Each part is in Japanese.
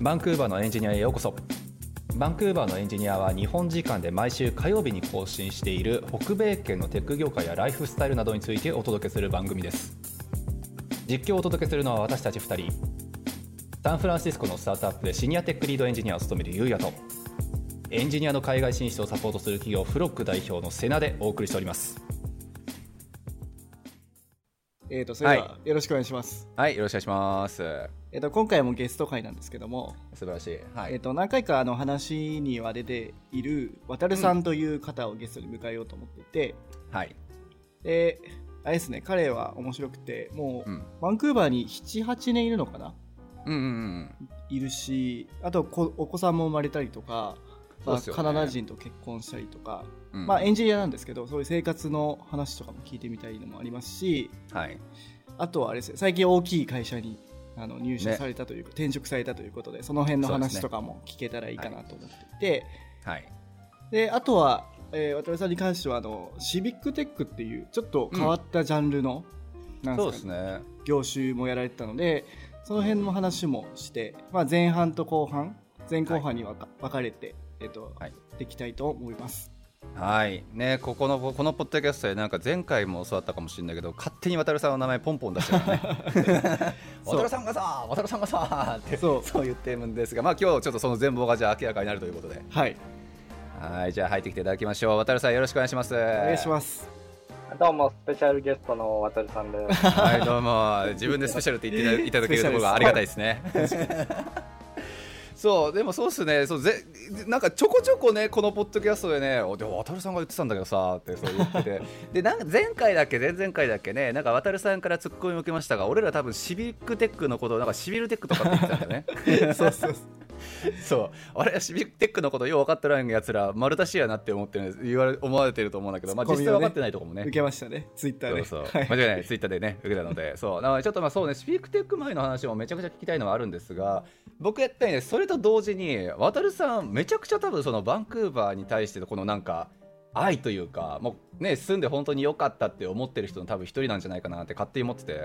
バンクーバーのエンジニアへようこそバンクーバーのエンジニアは日本時間で毎週火曜日に更新している北米圏のテック業界やライフスタイルなどについてお届けする番組です実況をお届けするのは私たち2人サンフランシスコのスタートアップでシニアテックリードエンジニアを務めるゆうやとエンジニアの海外進出をサポートする企業フロック代表のセナでお送りしておりますえっ、と、それではよろしくお願いします。はい、よろしくお願いします。えっ、と、今回もゲスト会なんですけども、素晴らしい。はえっ、い。と、何回かあの話には出ている、渡るさんという方をゲストに迎えようと思っていて、はい。で、あれですね、彼は面白くて、もう、うん。バンクーバーに7、8年いるのかなうんうんうん。いるし、あとこお子さんも生まれたりとか、そうまっあすよねカナダ人と結婚したりとか、うんまあ、エンジニアなんですけど、そういう生活の話とかも聞いてみたいのもありますし、はい。あとはあれですね最近大きい会社にあの入社されたというか、転職されたということでその辺のそうです話ねとかも聞けたらいいかなと思っていてはい。で、あとは、えー渡辺さんに関してはあのシビックテックっていうちょっと変わったジャンルの、なんそうでですすかねね。業種もやられてたのでその辺の話もして、まあ、前半と後半前後半に分か分かれて、えっとはいできたいと思います。はい。ね、ここの、このポッドキャストで、なんか前回も教わったかもしれないけど、勝手に渡るさんの名前ポンポン出してる からね。そう渡るさんがさ、渡るさんがさ、って、そそうう、言ってるんですが、まあ、今日ちょっとその全貌がじゃあ明らかになるということで。はい、はい、じゃあ入ってきていただきましょう。渡るさん、よろしくお願いします。お。お願いしますす。どうも、スペシャルゲストの渡さん です。はい、どうも、自分でスペシャルって言 っていただけるところがありがたいですね。そう、でもそうっすね、そうぜなんかちょこちょこね、このポッドキャストでね、おでも渡さんが言ってたんだけどさってそう言ってて、 でなんか前回だっけ、前々回だっけね、なんか渡さんからツッコミを受けましたが、俺ら多分シビックテックのことを、なんかシビルテックとかって言ってたんだよ ね。 そうそうそうあれシビックテックのことよう分かってないやつら丸出しやなって思ってる言われ思われてると思うんだけど、まあ、ツッ実コミ際分をねかってないとこもね受けましたね、ツイッターで。そうそうはい間違いないツイッターでね受けたの でそうなのでちょっとまあそうねスピークテック前の話もめちゃくちゃ聞きたいのはあるんですが僕やったりねそれと同時に渡さんめちゃくちゃ多分そのバンクーバーに対してのこのなんか愛というかもうね住んで本当に良かったって思ってる人の多分一人なんじゃないかなって勝手に思ってて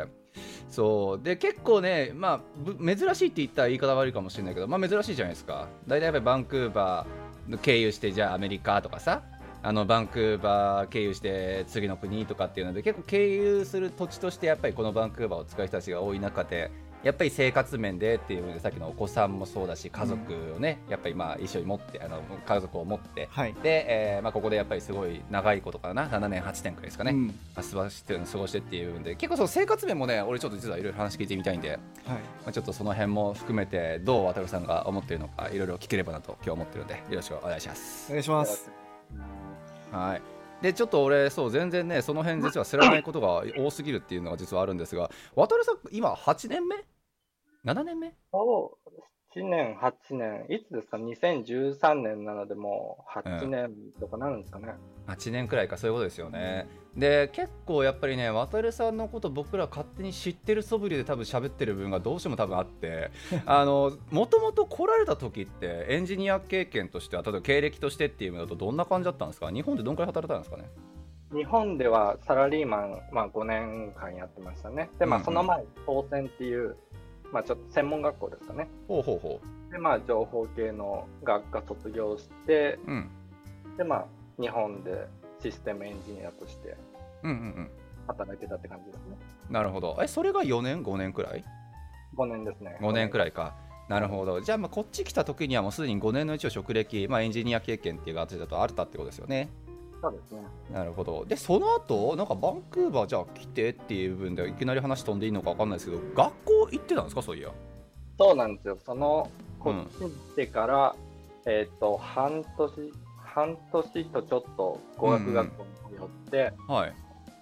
そうで結構ねまあぶ珍しいって言ったら言い方悪いかもしれないけどまあ珍しいじゃないですか大体やっぱりバンクーバー経由してじゃあアメリカとかさあのバンクーバー経由して次の国とかっていうので結構経由する土地としてやっぱりこのバンクーバーを使う人たちが多い中でやっぱり生活面でっていうのでさっきのお子さんもそうだし家族をね、やっぱりまあ一緒に持ってあの家族を持ってはいで、えーまあ、ここでやっぱりすごい長いことかな7年8年くらいですかね、うんまあ過ごして過ごしてっていうんで結構その生活面もね俺ちょっと実はいろいろ話聞いてみたいんで、はいまあ、ちょっとその辺も含めてどう渡るさんが思ってるのかいろいろ聞ければなと今日思ってるのでよろしくお願いしますお。願いします。はいでちょっと俺そう全然ねその辺実は知らないことが多すぎるっていうのが実はあるんですが渡るさん今8年目 ?7 年目そう、7年、8年、いつですか ?2013 年なので、もう8年とかなるんですかね。 8年くらいかそういうことですよね。で結構やっぱりね渡るさんのこと僕ら勝手に知ってる素振りで多分喋ってる部分がどうしても多分あって あのもともと来られた時ってエンジニア経験としては例えば経歴としてっていうのだとどんな感じだったんですか日本でどんくらい働いたんですかね日本ではサラリーマン、まあ、5年間やってましたね。で、まうんうあ、んその前、高専っていう、まあ、ちょっと専門学校ですかね。ほうほうほで、まあ、情報系の学科卒業して、う、うん、で、まあ、日本でシステムエンジニアとしてうんうん働いてたって感じですね。うんなるほどえそれが4年5年くらい5年ですね。 5年くらい。らいか。なるほど。じゃあ、まあこっち来た時にはもうすでに5年のうちを職歴、まあ、エンジニア経験っていう形だとあったってことですよね。そうですね。なるほど。で、その後、なんかバンクーバーじゃあ来てっていう部分でいきなり話飛んでいいのか分かんないですけど、学校行ってたんですか、そういや。そうなんですよ。その、うこんっちに来てから、えっ、と、半年、半年とちょっと語学学校に通って、はい。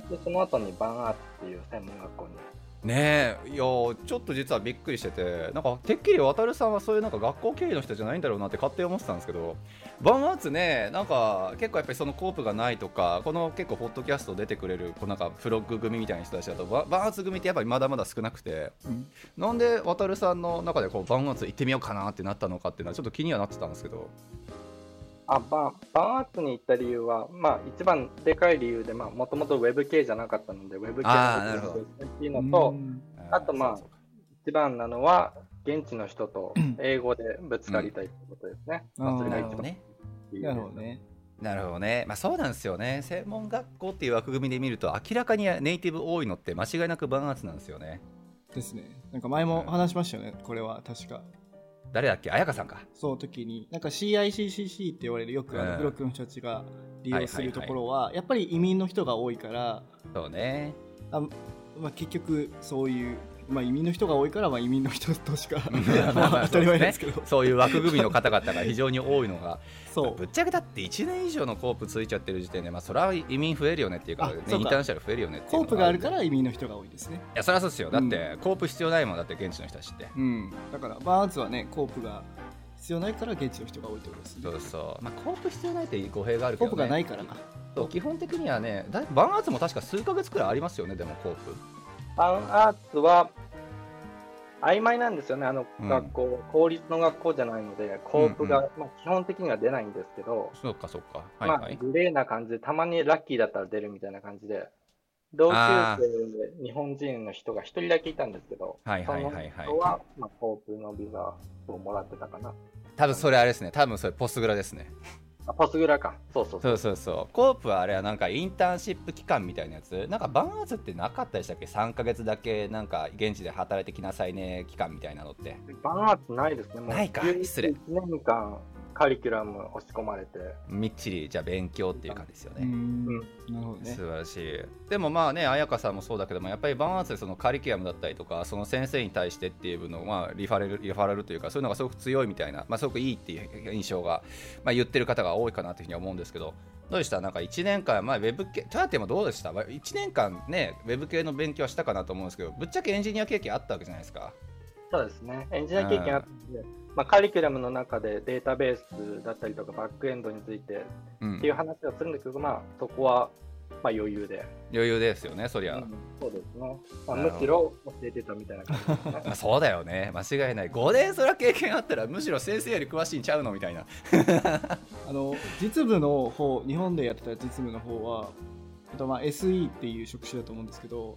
で、その後にバンアーツっていう専門学校に。ねえ、いやー、ちょっと実はびっくりしてて、なんかてっきり渡さんはそういうなんか学校経由の人じゃないんだろうなって勝手に思ってたんですけど、バンアーツね、なんか結構やっぱりそのコープがないとか、この結構、ポッドキャスト出てくれる、こうなんかフロッグ組みたいな人たちだと、ババンアーツ組ってやっぱりまだまだ少なくて。うんなんで渡さんの中でこうバンアーツ行ってみようかなってなったのかっていうのはちょっと気にはなってたんですけどあ、バン、バンアーツに行った理由は、まあ、一番でかい理由で、まあ、もともとウェブ系じゃなかったので、ウェブ系あーなのるほどっていうのと、あとまあそうか一番なのは、現地の人と英語でぶつかりたいってことですね。うんまあそれながるほ一ど番いね。いなでするほどね。なるほどね、まあ、そうなんですよね、専門学校っていう枠組みで見ると、明らかにネイティブ多いのって、間違いなくバーンアーツなんですよね。ですね。なんか前も話しましたよね、これは確か。誰だっけ、彩香さんか。その時に、なんか CICCC って言われるよくあうんのブロックの人たちが利用すはいはるいとはいころは、やっぱり移民の人が多いから、そうね、あまあ、結局そういう、まあ、移民の人が多いから、まあ、移民の人としか まあままあ あ当たり前ですけど、そういう枠組みの方々が非常に多いのが、 そうぶっちゃけだって1年以上のコープついちゃってる時点で、まあ、それは移民増えるよねっていうか、あね、そうかインターナショナル増えるよねっていうコーのプがあんるでから移民の人が多いですね。いや、そりゃそうですよ、だってコープ必要ないもんだって、現地の人たちって。うん、だからバーンズはね、コープが必要ないから現地の人が多いってことですね。そうそう、まあ、コープ必要ないって語弊があるけコど、ね、ープがないからか。そう基本的にはね、だバーンアーツも確か数ヶ月くらいありますよね、でもコープ。アンアーツは曖昧なんですよね、あのうん学校、公立の学校じゃないので、コープが、まあ、基本的には出ないんですけど、そうか、そうか。はいはい。まあ、グレーな感じで、たまにラッキーだったら出るみたいな感じで、同級あ生で日本人の人が一人だけいたんですけど、はいはいはいはいその人は、まあ、コープのビザをもらってたかな。多分それあれですね多分それポスグラですねあポスグラか、そうそうそう。そうそうそうコープはあれはなんかインターンシップ期間みたいなやつなんかバーンアーズってなかったでしたっけ3ヶ月だけなんか現地で働いてきなさいね期間みたいなのってバーンアーツないですね、もうないか11失礼年間カリキュラム押し込まれて、みっちりじゃあ勉強っていう感じですようね、んうんなるほどね。素晴らしいでもまあね彩香さんもそうだけどもやっぱりバーンアーツでそのカリキュラムだったりとかその先生に対してっていうのをまあリファレルリファラルというかそういうのがすごく強いみたいな、まあ、すごくいいっていう印象が、まあ、言ってる方が多いかなというふうに思うんですけどどうでしたなんか1年間、まあ、ウェブ系トラテもどうでしたまあ1年間ねウェブ系の勉強はしたかなと思うんですけどぶっちゃけエンジニア経験あったわけじゃないですかそうですね、エンジニア経験あって、まあ、カリキュラムの中でデータベースだったりとか、バックエンドについてうんっていう話はするんですけど、まあ、そこは、まあ、余裕で、余裕ですよねそりゃ、うんそうですね、まあ、なるむしほろ教えてたみたいな感じです ね。まあそうだよね間違いない5年そりゃ経験あったらむしろ先生より詳しいんちゃうのみたいなあの実務の方日本でやってた実務の方は、えっと、まあ SE っていう職種だと思うんですけど、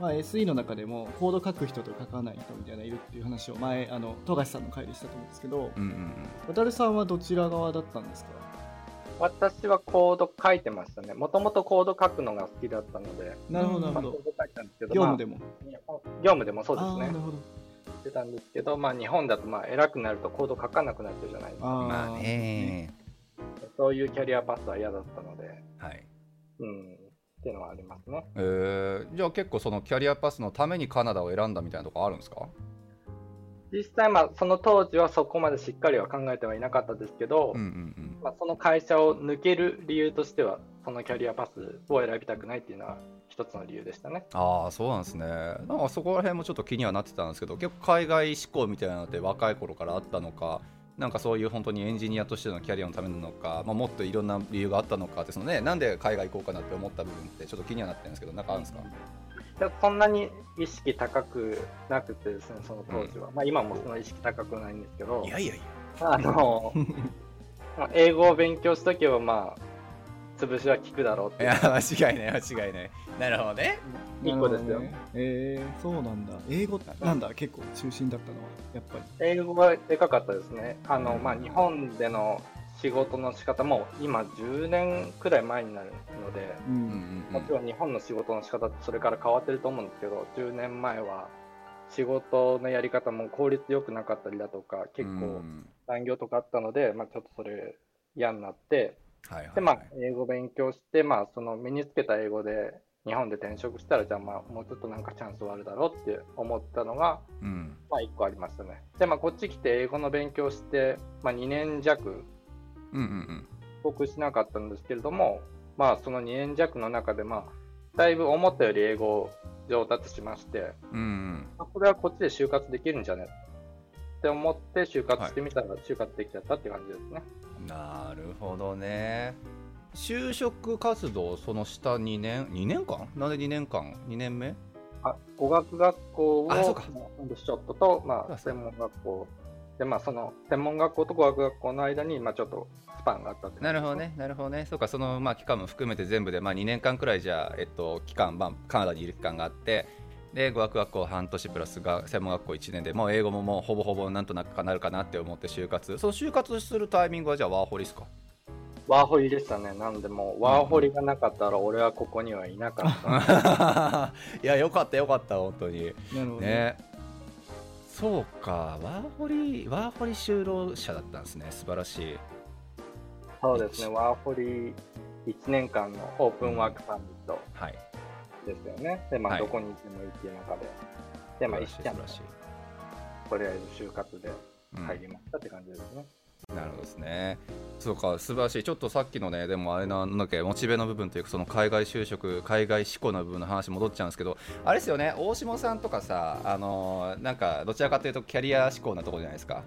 まあ、SE の中でもコード書く人と書かない人みたいないるっていう話を前あの富樫さんの回でしたと思うんですけどうんうんうん渡るさんはどちら側だったんですか私はコード書いてましたね、もともとコード書くのが好きだったので、なるほどなるまほあ、コーどド書いてたんですけど、業務でも、も、まあ業務でもそうであすあーなねる、ほどやってたんですけど、まあ、日本だとまあ偉くなるとコード書かなくなっちゃうじゃないですか、あーまあねそういうキャリアパスは嫌だったので、はいうん、っていうのはありますね。えー、じゃあ結構そのキャリアパスのためにカナダを選んだみたいなとこあるんですか実際、まあ、その当時はそこまでしっかりは考えてはいなかったですけど、うんうんまあ、その会社を抜ける理由としては、そのキャリアパスを選びたくないっていうのは一つの理由でしたね。ああそうなんですねなんかそこら辺もちょっと気にはなってたんですけど結構海外志向みたいなのって若い頃からあったのかなんかそういう本当にエンジニアとしてのキャリアのためなのか、まあ、もっといろんな理由があったのかってそのねなんで海外行こうかなって思った部分ってちょっと気にはなってるんですけどなんかあるんですかでそんなに意識高くなくてですね、その当時は。まあ、今もその意識高くないんですけど、いやいや あのまあ英語を勉強しとけば、まあ、潰しは効くだろうっていいうや間違いない間違いないなるほどね一個ですよ。なるほどねえー、そうなんだ英語なんだ結構中心だったのはやっぱり英語がでかかったですね。あの、まあ、日本での仕事の仕方も今10年くらい前になるので、ううんうんん、うもんちろん日本の仕事の仕方ってそれから変わってると思うんですけど、10年前は仕事のやり方も効率良くなかったりだとか、結う構ん残業とかあったので、まあ、ちょっとそれ嫌になって、はいはいはいで、まあ、英語勉強して、まあ、その身につけた英語で日本で転職したら、じゃあ、まあ、もうちょっとなんかチャンスはあるだろうって思ったのが、うんまあ、1個ありましたね。で、まあ、こっち来て英語の勉強して、まあ、2年弱、うんうんうん帰国しなかったんですけれども、まあ、その2年弱の中で、まあ、だいぶ思ったより英語を上達しまして、うんうんあこれはこっちで就活できるんじゃねって思って、就活してみたら、就活できちゃったっていう感じですね。なるほどね就職活動その下2年2年間なんで2年間2年目あ語学学校を、まああそうかほんとちょっとと、まそうかあ、そう専門学校で、まあ、その専門学校と語学学校の間に、まあ、ちょっとスパンがあったって感じですねなるほど。ねなるほどねそうかそのまあ期間も含めて全部でまあ2年間くらいじゃあえっと期間まあカナダにいる期間があってで語学学校半年プラスが専門学校1年でもう英語ももうほぼほぼなんとなくかなるかなって思って就活その就活するタイミングはじゃあワーホリですかワーホリでしたね。なんでもう、ワーホリがなかったら俺はここにはいなかった。 いやよかったよかった本当になるほどね。 ねそうかワーホリワーホリ就労者だったんですね素晴らしいそうですね。ワーホリ1年間のオープンワークサミットはいですよね。で、まはあ、いどこにいてもいいっていう中で。で、まあ、一素晴キャンらしい素とりあえず就活で晴らしい、入りましたって感じですね。うん、なるほどですねそうか素晴らしいちょっとさっきのねでもあれなんだっけモチベの部分というかその海外就職海外志向の部分の話戻っちゃうんですけどあれですよね大下さんとかさあのーなんかどちらかというとキャリア志向なところじゃないですか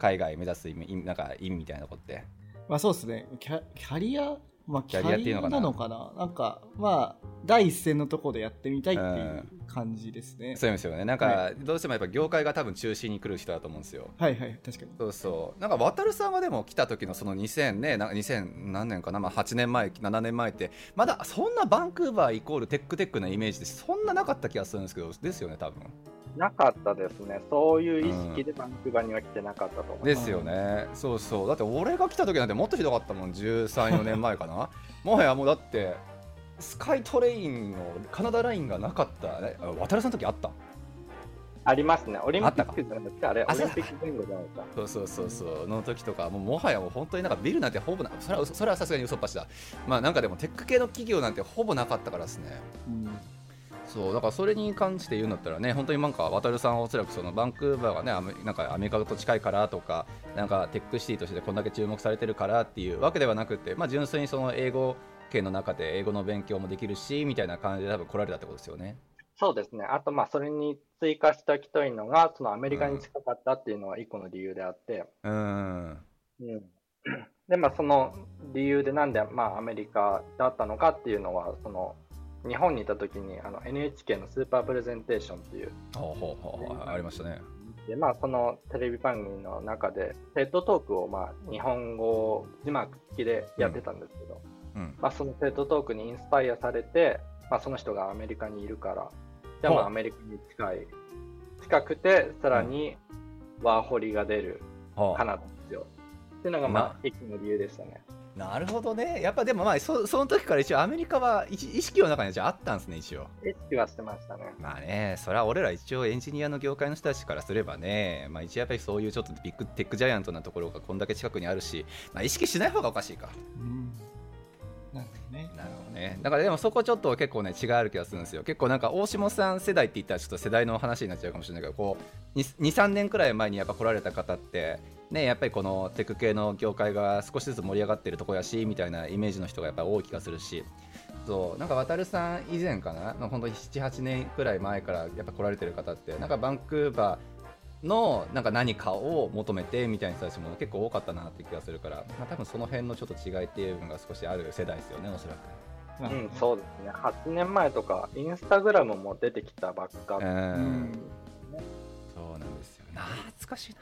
海外目指す意味意味なんか意味みたいなとこってまあそうですね。キャキャリアまあキキャリアャってリいうアのかななのかななんかまあ第一線のとこでやってみたいっていう感じですね。そういうんですよねなんはかどうしてもやっぱ業界が多分中心に来る人だと思うんですよはいはい確かに。そうそうなんか渡さんがでも来た時のその2000ねなんか2000何年かな、まあ、8年前7年前ってまだそんなバンクーバーイコールテックテックなイメージでそんななかった気がするんですけどですよね多分なかったですね。そういう意識でバンクーバーには来てなかったと思います。ですよねそうそうだって俺が来た時なんてもっとひどかったもん134年前かな もはやもうだってスカイトレインのカナダラインがなかったねあ渡さんの時あったありますね。オリンピックじゃなくて、あれ、オあリそうンピック前後じゃないですか。そうそうそうそうの時とかもうもはやもう本当になんかビルなんてほぼなそれはそれはさすがに嘘っぱしだまあなんかでもテック系の企業なんてほぼなかったからですねうんそうだからそれに関して言うんだったらね本当になんか渡さんはおそらくそのバンクーバーがねアメなんかアメリカと近いからとかなんかテックシティとしてこんだけ注目されてるからっていうわけではなくてまあ純粋にその英語圏の中で英語の勉強もできるしみたいな感じで多分来られたってことですよねそうですね。あと、まあ、それに追加しておきたいのが、そのアメリカに近かったっていうのは一個の理由であって、うーんうん。で、まあ、その理由でなんで、まあ、アメリカだったのかっていうのは、その、日本にいた時にあの NHK のスーパープレゼンテーションっていう、ほうほうほうほうありましたねでまあ、そのテレビ番組の中で、テッドトークを、まあ、日本語字幕付きでやってたんですけど、うんまあ、そのテッドトークにインスパイアされて、まあ、その人がアメリカにいるから、じゃあまほあうアメリカに近い、近くて、さらにワーホリが出るはあカナダですよ。っていうのが、まなあ、一個の理由でしたね。なるほどね、やっぱでもまあそその時から一応アメリカは一意識の中にはじゃああったんですね、一応。意識はしてましたね。まあね、それは俺ら一応エンジニアの業界の人たちからすればね、まあ、一応やっぱりそういうちょっとビッグテックジャイアントなところがこんだけ近くにあるし、まあ、意識しない方がおかしいか。うん。なるほどね。なるほどね。だからでもそこちょっと結構ね、違いある気がするんですよ。結構なんか大下さん世代って言ったらちょっと世代の話になっちゃうかもしれないけど、こう、2、3年くらい前にやっぱ来られた方って、ね、やっぱりこのテック系の業界が少しずつ盛り上がってるとこやし、みたいなイメージの人がやっぱ多い気がするし、そう、なんか渡るさん以前かな、まあ、ほんと7、8年くらい前からやっぱ来られてる方って、なんかバンクーバーのなんか何かを求めてみたいな人たちも結構多かったなって気がするから、まあ、多分その辺のちょっと違いっていう部分が少しある世代ですよね、おそらく。まあうん、そうですね。8年前とか、インスタグラムも出てきたばっか。ううん、ん。そうなんですよ。懐かしいな。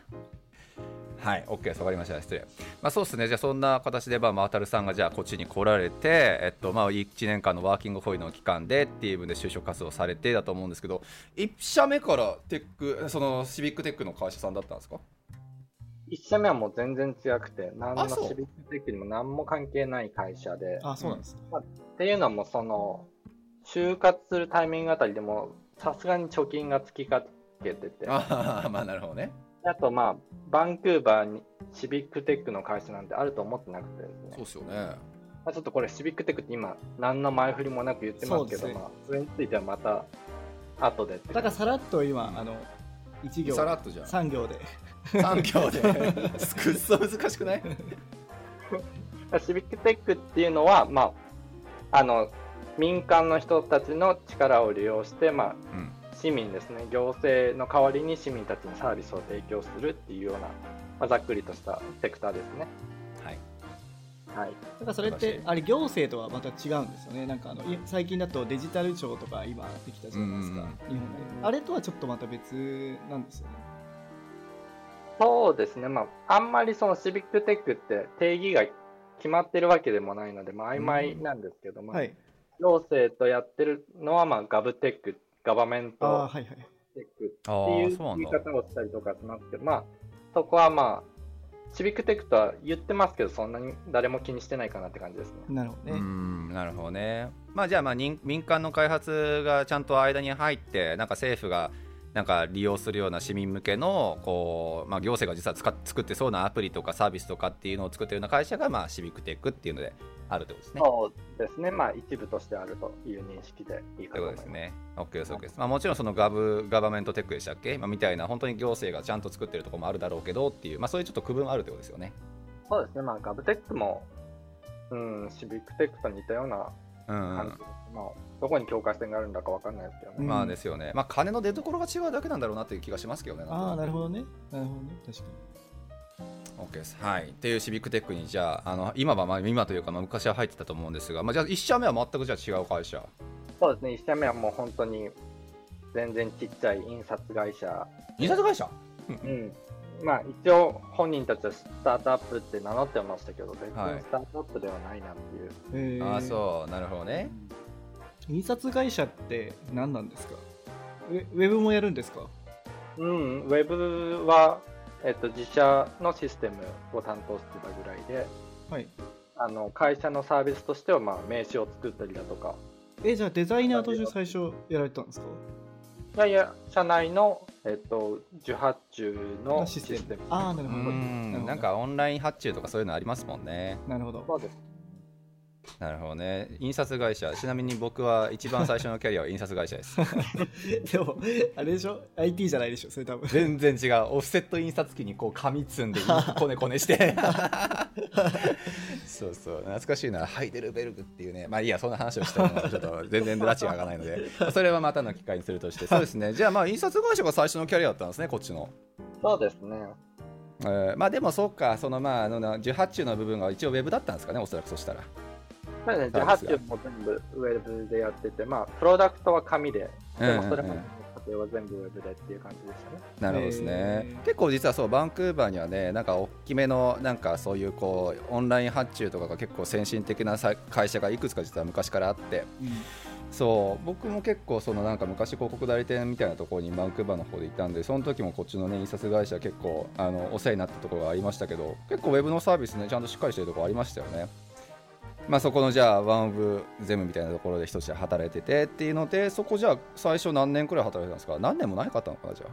はい、OK です、わかりました、失礼。まあ、そうですね、じゃあ、そんな形で、まあ、まあ、たるさんが、じゃあ、こっちに来られて、えっと、まあ、1年間のワーキングホイールの期間でっていう分で就職活動されてだと思うんですけど、1社目からテック、その、シビックテックの会社さんだったんですか1社目はもう全然違くて、何のあそうシビックテックにも何も関係ない会社で。あそうなんですね。っていうのもその就活するタイミングあたりでもさすがに貯金が尽きかけててあああ、 まあ、なるほどね。とまあバンクーバーにシビックテックの会社なんてあると思ってなくてですねうですよね。まあ、ちょっとこれシビックテックって今何の前振りもなく言ってますけそどうですねまあ、それについてはまた後でっていうだからさらっと今あの一行っとじゃ三行で。 3行 で。くっそ難しくないシビックテックっていうのはまああの民間の人たちの力を利用して、まあ、うん。市民ですね、行政の代わりに市民たちにサービスを提供するっていうような、まあ、ざっくりとしたセクターですね。はい。はい、だからそれっ素晴らてしいあれ行政とはまた違うんですよね。なんかあのい最近だとデジタル庁とか今できたじゃないですうんかうん。日本で。あれとはちょっとまた別なんですよね。そうですね、まあ、あんまりそのシビックテックって定義が決まってるわけでもないので、まあ、曖昧なんですけども、はい。行政とやってるのは、まあ、ガブテックガバメンああトはいはいチェックあっていーうそうなん言いだ。方をしたりとかしますけど、まあ、そこはまあ、シビックテックとは言ってますけど、そんなに誰も気にしてないかなって感じですね。なるほどね、うんなるほどね。まあじゃあまあ民民間の開発がちゃんと間に入ってなんか政府がなんか利用するような市民向けのこう、まあ、行政が実は使っ作ってそうなアプリとかサービスとかっていうのを作ってるような会社が、まあ、シビックテックっていうのであるってことですね。そうですね、まあ、一部としてあるという認識でいいとかいうことと思いま。ですすね。OK です、OK です。まあ、もちろんそのガブガバメントテックでしたっけ、まあ、みたいな本当に行政がちゃんと作ってるところもあるだろうけどっていう、まあ、そういうちょっと区分あるってことですよね。そうですね、まあ、ガブテックも、うん、シビックテックと似たようなうんう感んじです、まあ、どこに境界線があるんだかわかんないですけどね。まあですよね、まあ、金の出所が違うだけなんだろうなという気がしますけどね。ああなるほほどねなるほどね確かにど。OK です。はい。っていうシビックテックに、じゃあ、あの今は、まあ、今というか、まあ、昔は入ってたと思うんですが、まあ、じゃあ、1社目は全くじゃあ違う会社。そうですね、1社目はもう本当に全然ちっちゃい印刷会社、印刷会社うんまあ、一応本人たちはスタートアップって名乗ってましたけど、別にはいスタートアップではないなっていう、えああ、そう、なるほどね。う印刷会社って何なんですかウェウェブもやるんですかうん、ウェブは、えっと、自社のシステムを担当してたぐらいで、はいあの会社のサービスとしては、まあ、名刺を作ったりだとか、えじゃあデザイナーとして最初やられてたんですかいやいや、社内の、えっと、受発注のシシスステテム。ムああなうるほどなるん、ほどなんかオンライン発注とかそういうのありますもんね。なるほど そうですなるほどね。印刷会社、ちなみに僕は一番最初のキャリアは印刷会社です。でもあれでしょ IT じゃないでしょそれ多分全然違うオフセット印刷機にこう紙積ん でこねこねしてそうそう懐かしいなハイデルベルグっていうねまあいいやそんな話をしてもちょっと全然拉致が上がらないので それはまたの機会にするとしてそうですねじゃあまあ印刷会社が最初のキャリアだったんですねこっちの、そうですね。えーまあでもそうかそのまああの受発注の部分が一応ウェブだったんですかねおそらくそしたらそうですそうでね、自す発よ注も全部ウェブでやってて、まあ、プロダクトは紙で、でもそうんうんれまでうのん過程は全部ウェブでっていう感じでしたね。なるほどですねへー結構実はそうバンクーバーにはねなんか大きめのなんかそういうこうオンライン発注とかが結構先進的なさ会社がいくつか実は昔からあってそう僕も結構そのなんか昔広告代理店みたいなところにバンクーバーの方でいたんでその時もこっちのね印刷会社結構あのお世話になったところがありましたけど結構ウェブのサービスねちゃんとしっかりしてるところありましたよねまあそこのじゃあワンオブゼムみたいなところで一社働いててっていうのでそこじゃあ最初何年くらい働いてたんですか何年もないかったのかなじゃあ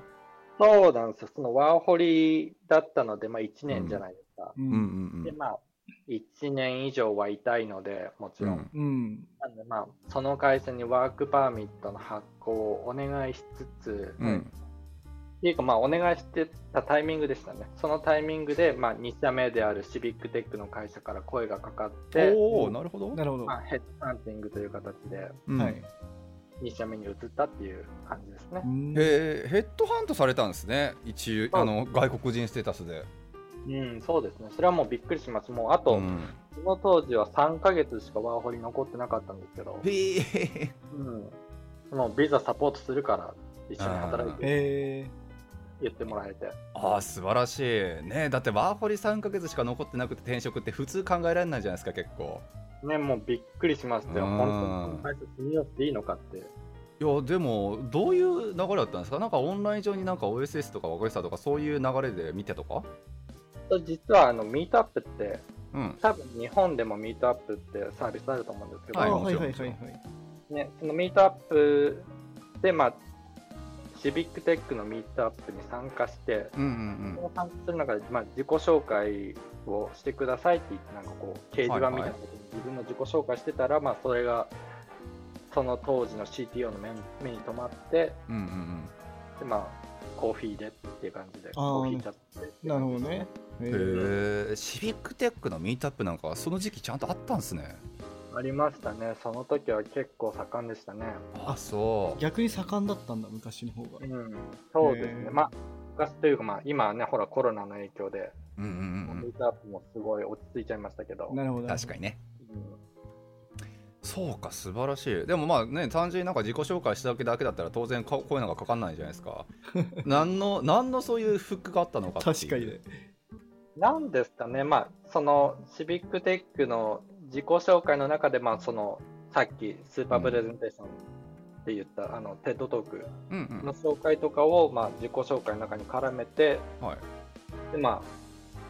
そうなんですよ、そのワーホリだったので、まあ、1年じゃないですか。ううんうんんうんで、まあ、1年以上はいたいので、もちろん。うんうんなんで、まあ、その会社にワークパーミットの発行をお願いしつつ、うんっていうか、まあ、お願いしてたタイミングでしたね。そのタイミングで、まあ、2社目であるシビックテックの会社から声がかかって、おおうんなるほどなるほどまあ、ヘッドハンティングという形で、うんはへい2社目に移ったっていう感じですね。うんえヘッドハントされたんですね一応あの外国人ステータスでうん、そうですね。それはもうびっくりします。もうあと、ん、その当時は3ヶ月しかワーホリ残ってなかったんですけど、へえうん、もうビザサポートするから一緒に働いてえ言ってもらえて、あー素晴らしいねだってワーホリ3ヶ月しか残ってなくて転職って普通考えられないじゃないですか結構ね、もうびっくりしましたよ。うん本当にこの会社住みよっていいのかって。いやでもどういう流れだったんですかなんかオンライン上になんか OSS とか分かりとかそういう流れで見てとか実はあのミートアップって、うん多分日本でもミートアップってサービスあると思うんですけど、あはいはいはいもはちろんいもはいね、そのミートアップで、まあ、シビックテックのミートアップに参加して、うんその参加する中で、まあ、自己紹介をしてくださいって言って、なんかこう、掲示板みたいなところに自分の自己紹介してたら、まあ、それが、その当時の CTO の目に目に留まって、うんうんうんうんでまあ、コーヒーでっていう感じで、あーコーヒーちゃって。なるほどねへへーーシビックテックのミートアップなんかはその時期ちゃんとあったんですねありましたね。その時は結構盛んでしたね。あそう逆に盛んだったんだ昔の方がうん。そうですね。へーまあ、昔というか、まあ、今はね、ほら、コロナの影響で、うんうんうんミうんートアップもすごい落ち着いちゃいましたけど。なるほど確かにねうんそうか素晴らしいでもまあね単純になんか自己紹介しただけだったら当然こういうのがかかんないじゃないです か何の何のそういうフックがあったのかっていう確かにねなんですかね、まあ、そのシビックテックの自己紹介の中で、まあ、そのさっきスーパープレゼンテーションって言ったあのテッドトークうんの紹介とかを、まあ、自己紹介の中に絡めてうんはいで、まあ、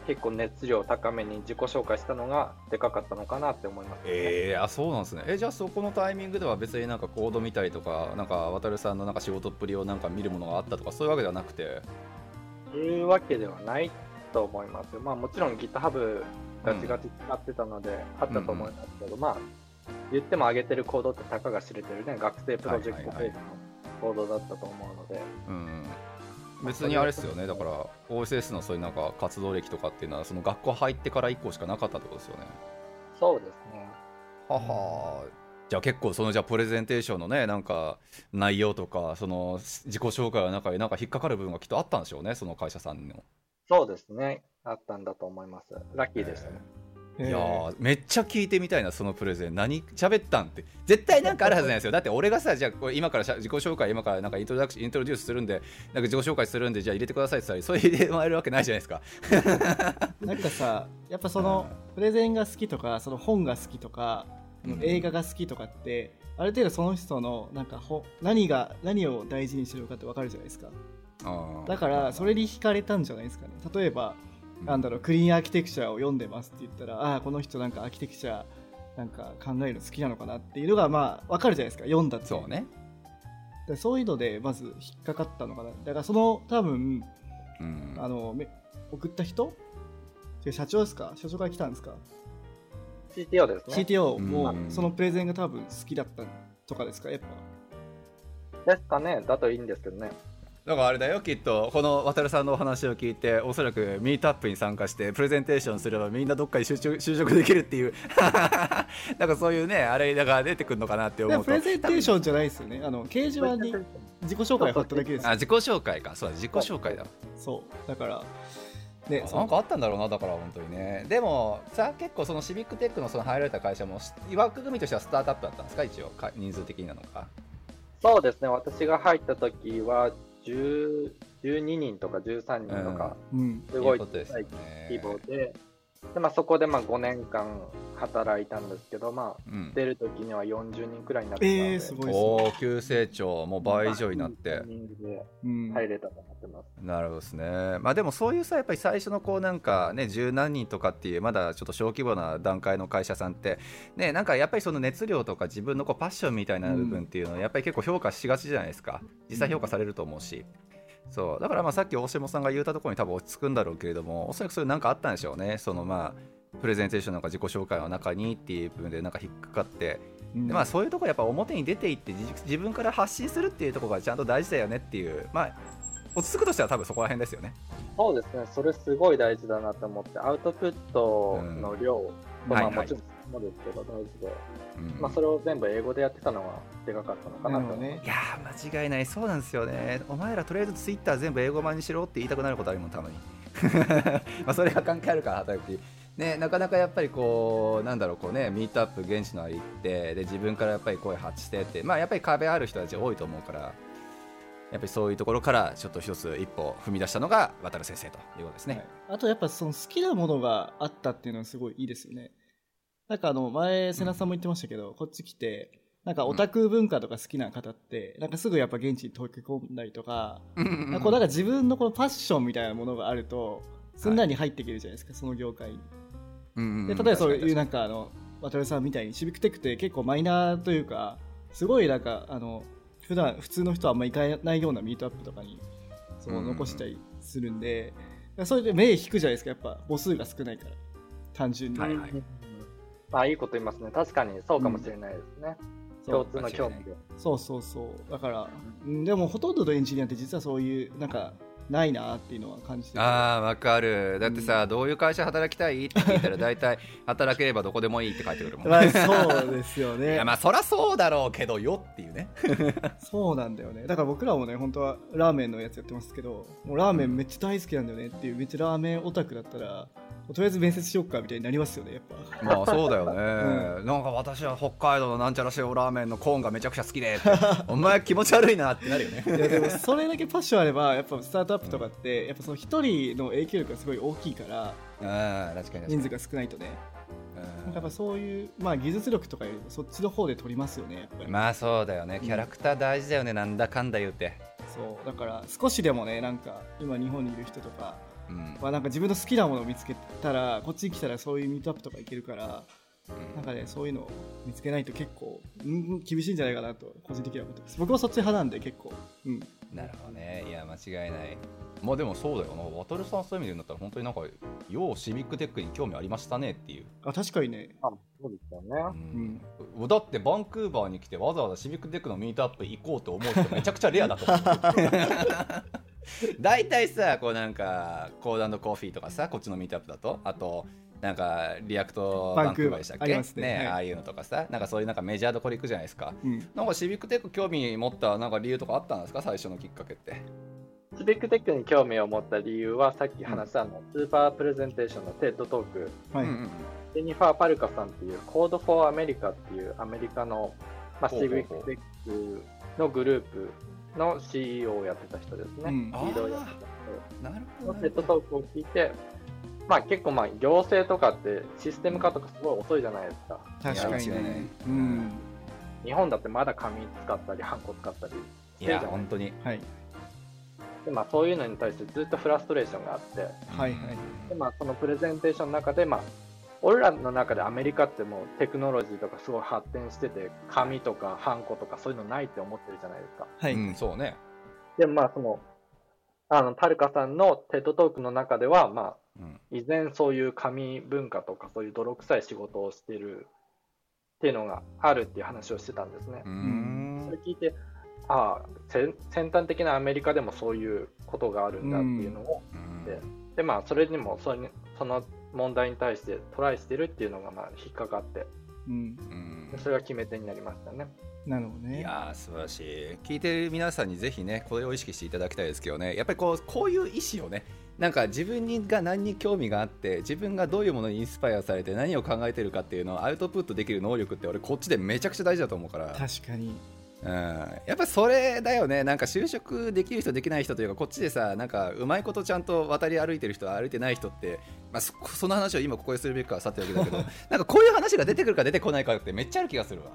結構熱量高めに自己紹介したのがでかかったのかなって思いますね、えー、あそうなんですねえじゃあそこのタイミングでは別になんかコード見たりとかなんか渡さんのなんか仕事っぷりをなんか見るものがあったとかそういうわけではなくてというわけではないと思いますよ。まあもちろん GitHub ガチガチ使ってたので、あったと思いますけど、まあ言っても上げてるコードってたかが知れてるね、学生プロジェクトはいはいはいのコードだったと思うので、うん別にあれですよねだから OSS のそういうなんか活動歴とかっていうのはその学校入ってから以降しかなかったってことですよねそうですね。ははじゃあ結構そのじゃあプレゼンテーションのねなんか内容とかその自己紹介の中になんか引っかかる部分がきっとあったんでしょうねその会社さんの、そうですね。あったんだと思います。ラッキーでしたね。えーいやーめっちゃ聞いてみたいなそのプレゼン何喋ったんって絶対なんかあるはずないですよだって俺がさじゃあこれ今からしゃ自己紹介今からなんかイントロダクシイントロデュースするんでなんか自己紹介するんでじゃあ入れてくださいって言ったらそれ入れられるわけないじゃないですかなんかさやっぱそのプレゼンが好きとかその本が好きとか、うん映画が好きとかってある程度その人のなんかほ何が何を大事にしてるかって分かるじゃないですかだからそれに惹かれたんじゃないですかね例えばなんだろうクリーンアーキテクチャを読んでますって言ったらああこの人なんかアーキテクチャなんか考えるの好きなのかなっていうのがまあ分かるじゃないですか読んだってそうね、でそういうのでまず引っかかったのかなだからその多分うん、あのめ送った人違う社長ですか社長から来たんですか CTO ですね。 CTO もうんそのプレゼンが多分好きだったとかですかやっぱですかね。だといいんですけどね。だからあれだよきっとこの渡さんのお話を聞いておそらくミートアップに参加してプレゼンテーションすればみんなどっかに就職就職できるっていう なんかそういうねあれだから出てくるのかなってで思もうプとレゼンテーションじゃないですよねあの掲示板に自己紹介を貼っただけですあ自己紹介かそうだ自己紹介だそうだからねあそなんのかあったんだろうなだから本当にねでもさ結構そのシビックテックのその入られた会社も枠組みとしてはスタートアップだったんですか一応か人数的になのかそうですね。私が入った時は、10 12人とか13人とか、うんすごいとうことですよね規模で、でまあ、そこでまあ5年間働いたんですけど、まあ、うん出るときには40人くらいになってたので、えー、すごいですねおー急成長もう倍以上になってタイミングでうん入れたと思ってます。なるほどですね、まあ、でもそういうさやっぱり最初のこうなんかね十何人とかっていうまだちょっと小規模な段階の会社さんってねなんかやっぱりその熱量とか自分のこうパッションみたいな部分っていうのをやっぱり結構評価しがちじゃないですか実際評価されると思うし。そうだからまあさっき大下さんが言ったところに多分落ち着くんだろうけれどもおそらくそれなんかあったんでしょうねそのまあプレゼンテーションなんか自己紹介の中にっていう部分でなんか引っかかってうんでまあ、そういうとこやっぱ表に出ていって自自分から発信するっていうところがちゃんと大事だよねっていうまあ落ち着くとしたら多分そこら辺ですよね。そうですね、それすごい大事だなと思って、アウトプットの量と、うんまはいあ、はいもちろんそうですけど、大事で、うんまあ、それを全部英語でやってたのはでかかったのかななるとほど思います。ねいやー間違いないそうなんですよねお前らとりあえずツイッター全部英語版にしろって言いたくなることあるもんたまに まあそれが関係あるから働くねなかなかやっぱりこうなんだろうこうねミートアップ現地のあれ行ってで自分からやっぱり声発してってまあやっぱり壁ある人たち多いと思うからやっぱりそういうところからちょっと一つ一歩踏み出したのが渡る先生ということですね、はいあとやっぱその好きなものがあったっていうのはすごいいいですよねなんかあの前瀬名さんも言ってましたけど、こっち来てなんかオタク文化とか好きな方って、なんかすぐやっぱ現地に溶け込んだりとか、うんこうなんか自分のこのパッションみたいなものがあるとすんなり入っていけるじゃないですか、その業界にで例えばそういうなんかあの渡辺さんみたいにシビックテックって結構マイナーというかすごいなんかあの普段普通の人はあんまり行かないようなミートアップとかにうそんのうんうん残したりするんで、それで目引くじゃないですかやっぱ母数が少ないから単純に、はいはいうんまあ、いいこと言いますね。確かにそうかもしれないですね。そう共通の興味で。そうそうそうだからうんでもほとんどのエンジニアって実はそういうなんかないなっていうのは感じててああわかるだってさ、どういう会社働きたいって聞いたら大体働ければどこでもいいって書いてくるもん、まあそうですよい ねやまあそらそうだろうけどよっていうねそうなんだよねだから僕らもね本当はラーメンのやつやってますけどもうラーメンめっちゃ大好きなんだよねっていうめっちゃラーメンオタクだったらとりあえず面接しよっかみたいになり ますよねやっぱまあそうだよね、なんか私は北海道のなんちゃら塩ラーメンのコーンがめちゃくちゃ好き でってお前気持ち悪いなってなるよね いやでも それだけパッションあればやっぱスタートアップとかってやっぱその一人の影響力がすごい大きいからうん確かに確かに人数が少ないとねうんなんかやっぱそういう、まあ、技術力とかよりもそっちの方で取りますよねやっぱり、まあそうだよねキャラクター大事だよね、なんだかんだ言うて、そうだから少しでもねなんか今日本にいる人とかうんはなんか自分の好きなものを見つけたらこっちに来たらそういうミートアップとか行けるからなんかねそういうのを見つけないと結構、うん、厳しいんじゃないかなと個人的には思ってます僕もそっち派なんで結構、うん、なるほどねいや間違いないまあでもそうだよな渡るさんそういう意味で言うんだったら本当になんかようシビックテックに興味ありましたねっていう、あ確かにねあそうですよね。うんだってバンクーバーに来てわざわざシビックテックのミートアップ行こうと思う人めちゃくちゃレアだと思う大体さこうなんかコードコーヒーとかさこっちのミートアップだとあとなんかリアクトバンクーバーでしたっバンけクーバーありますねはいああいうのとかさなんかそういうなんかメジャーどころ行くじゃないですかうん、なんかシビックテック興味持ったなんか理由とかあったんですか最初のきっかけってスペックテックに興味を持った理由は、さっき話したあの、スーパープレゼンテーションのテッドトーク、はい、うんうんうんジェニファー・パルカさんっていう、コード・フォー・アメリカっていうアメリカの、まあ、ほうシほうビッほうクテックのグループの CEO をやってた人ですうね。んあリードをやってたなるほ人どのねテッドトークを聞いて、まあ結構まあ行政とかってシステム化とかすごい遅いじゃないですか。確かにいや間違いなねいうん日本だってまだ紙使ったり、ハンコ使ったり。いや本当にはいでまあそういうのに対してずっとフラストレーションがあって、はいはいでまあ、そのプレゼンテーションの中で、まあ、俺らの中でアメリカってもうテクノロジーとかすごい発展してて紙とかハンコとかそういうのないって思ってるじゃないですか。はい、うんそうねでまあそのあのパルカさんのテッドトークの中では、まあ、うん依然そういう紙文化とかそういう泥臭い仕事をしてるっていうのがあるっていう話をしてたんですねう。んそんれ聞いてああ先先端的なアメリカでもそういうことがあるんだっていうのを、ででまあそれにもそれにその問題に対してトライしてるっていうのがまあ引っかかってうん、うんそれが決め手になりましたね。なるほどいねやー素晴らしい聞いてる皆さんにぜひねこれを意識していただきたいですけどねやっぱりこうこういう意思をねなんか自分にが何に興味があって自分がどういうものにインスパイアされて何を考えてるかっていうのをアウトプットできる能力って俺こっちでめちゃくちゃ大事だと思うから確かにうん、やっぱそれだよねなんか就職できる人できない人というかこっちでさなんかうまいことちゃんと渡り歩いてる人歩いてない人って、まあ、そその話を今ここでするべきかはさておきだけどなんかこういう話が出てくるか出てこないかってめっちゃある気がするわ。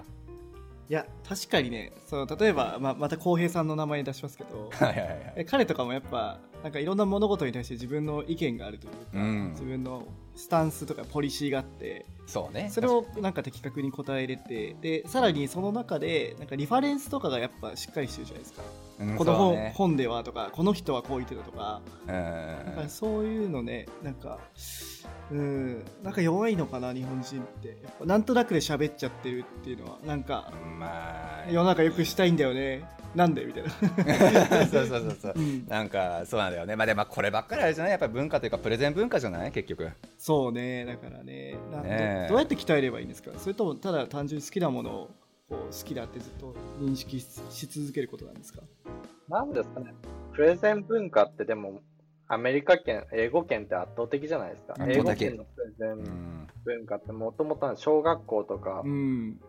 いや確かにねその例えば、まあ、また浩平さんの名前出しますけ どはいはいはいえ彼とかもやっぱなんかいろんな物事に対して自分の意見があるというか、うん自分のスタンスとかポリシーがあってそうねそれをなんか的確に答えれてでさらにその中でなんかリファレンスとかがやっぱしっかりしてるじゃないですか、うんこそのう本,、ね本ではとかこの人はこう言ってたとか,、うんなんかそういうのねなんかうんなんか弱いのかな日本人ってやっぱなんとなくで喋っちゃってるっていうのはなんかま あ世の中よくしたいんだよねなんでみたいな、そうそう そうそううんなんかそうなんだよねまあでもまあこればっかりあれじゃないやっぱり文化というかプレゼン文化じゃない結局そうねだからねなねえどどうやって鍛えればいいんですかそれともただ単純に好きなものをこう好きだってずっと認識しし続けることなんですかなんですかねプレゼン文化ってでもアメリカ圏英語圏って圧倒的じゃないですか。圧英倒語的圏のプレゼうンん文化ってもともとは小学校とかうん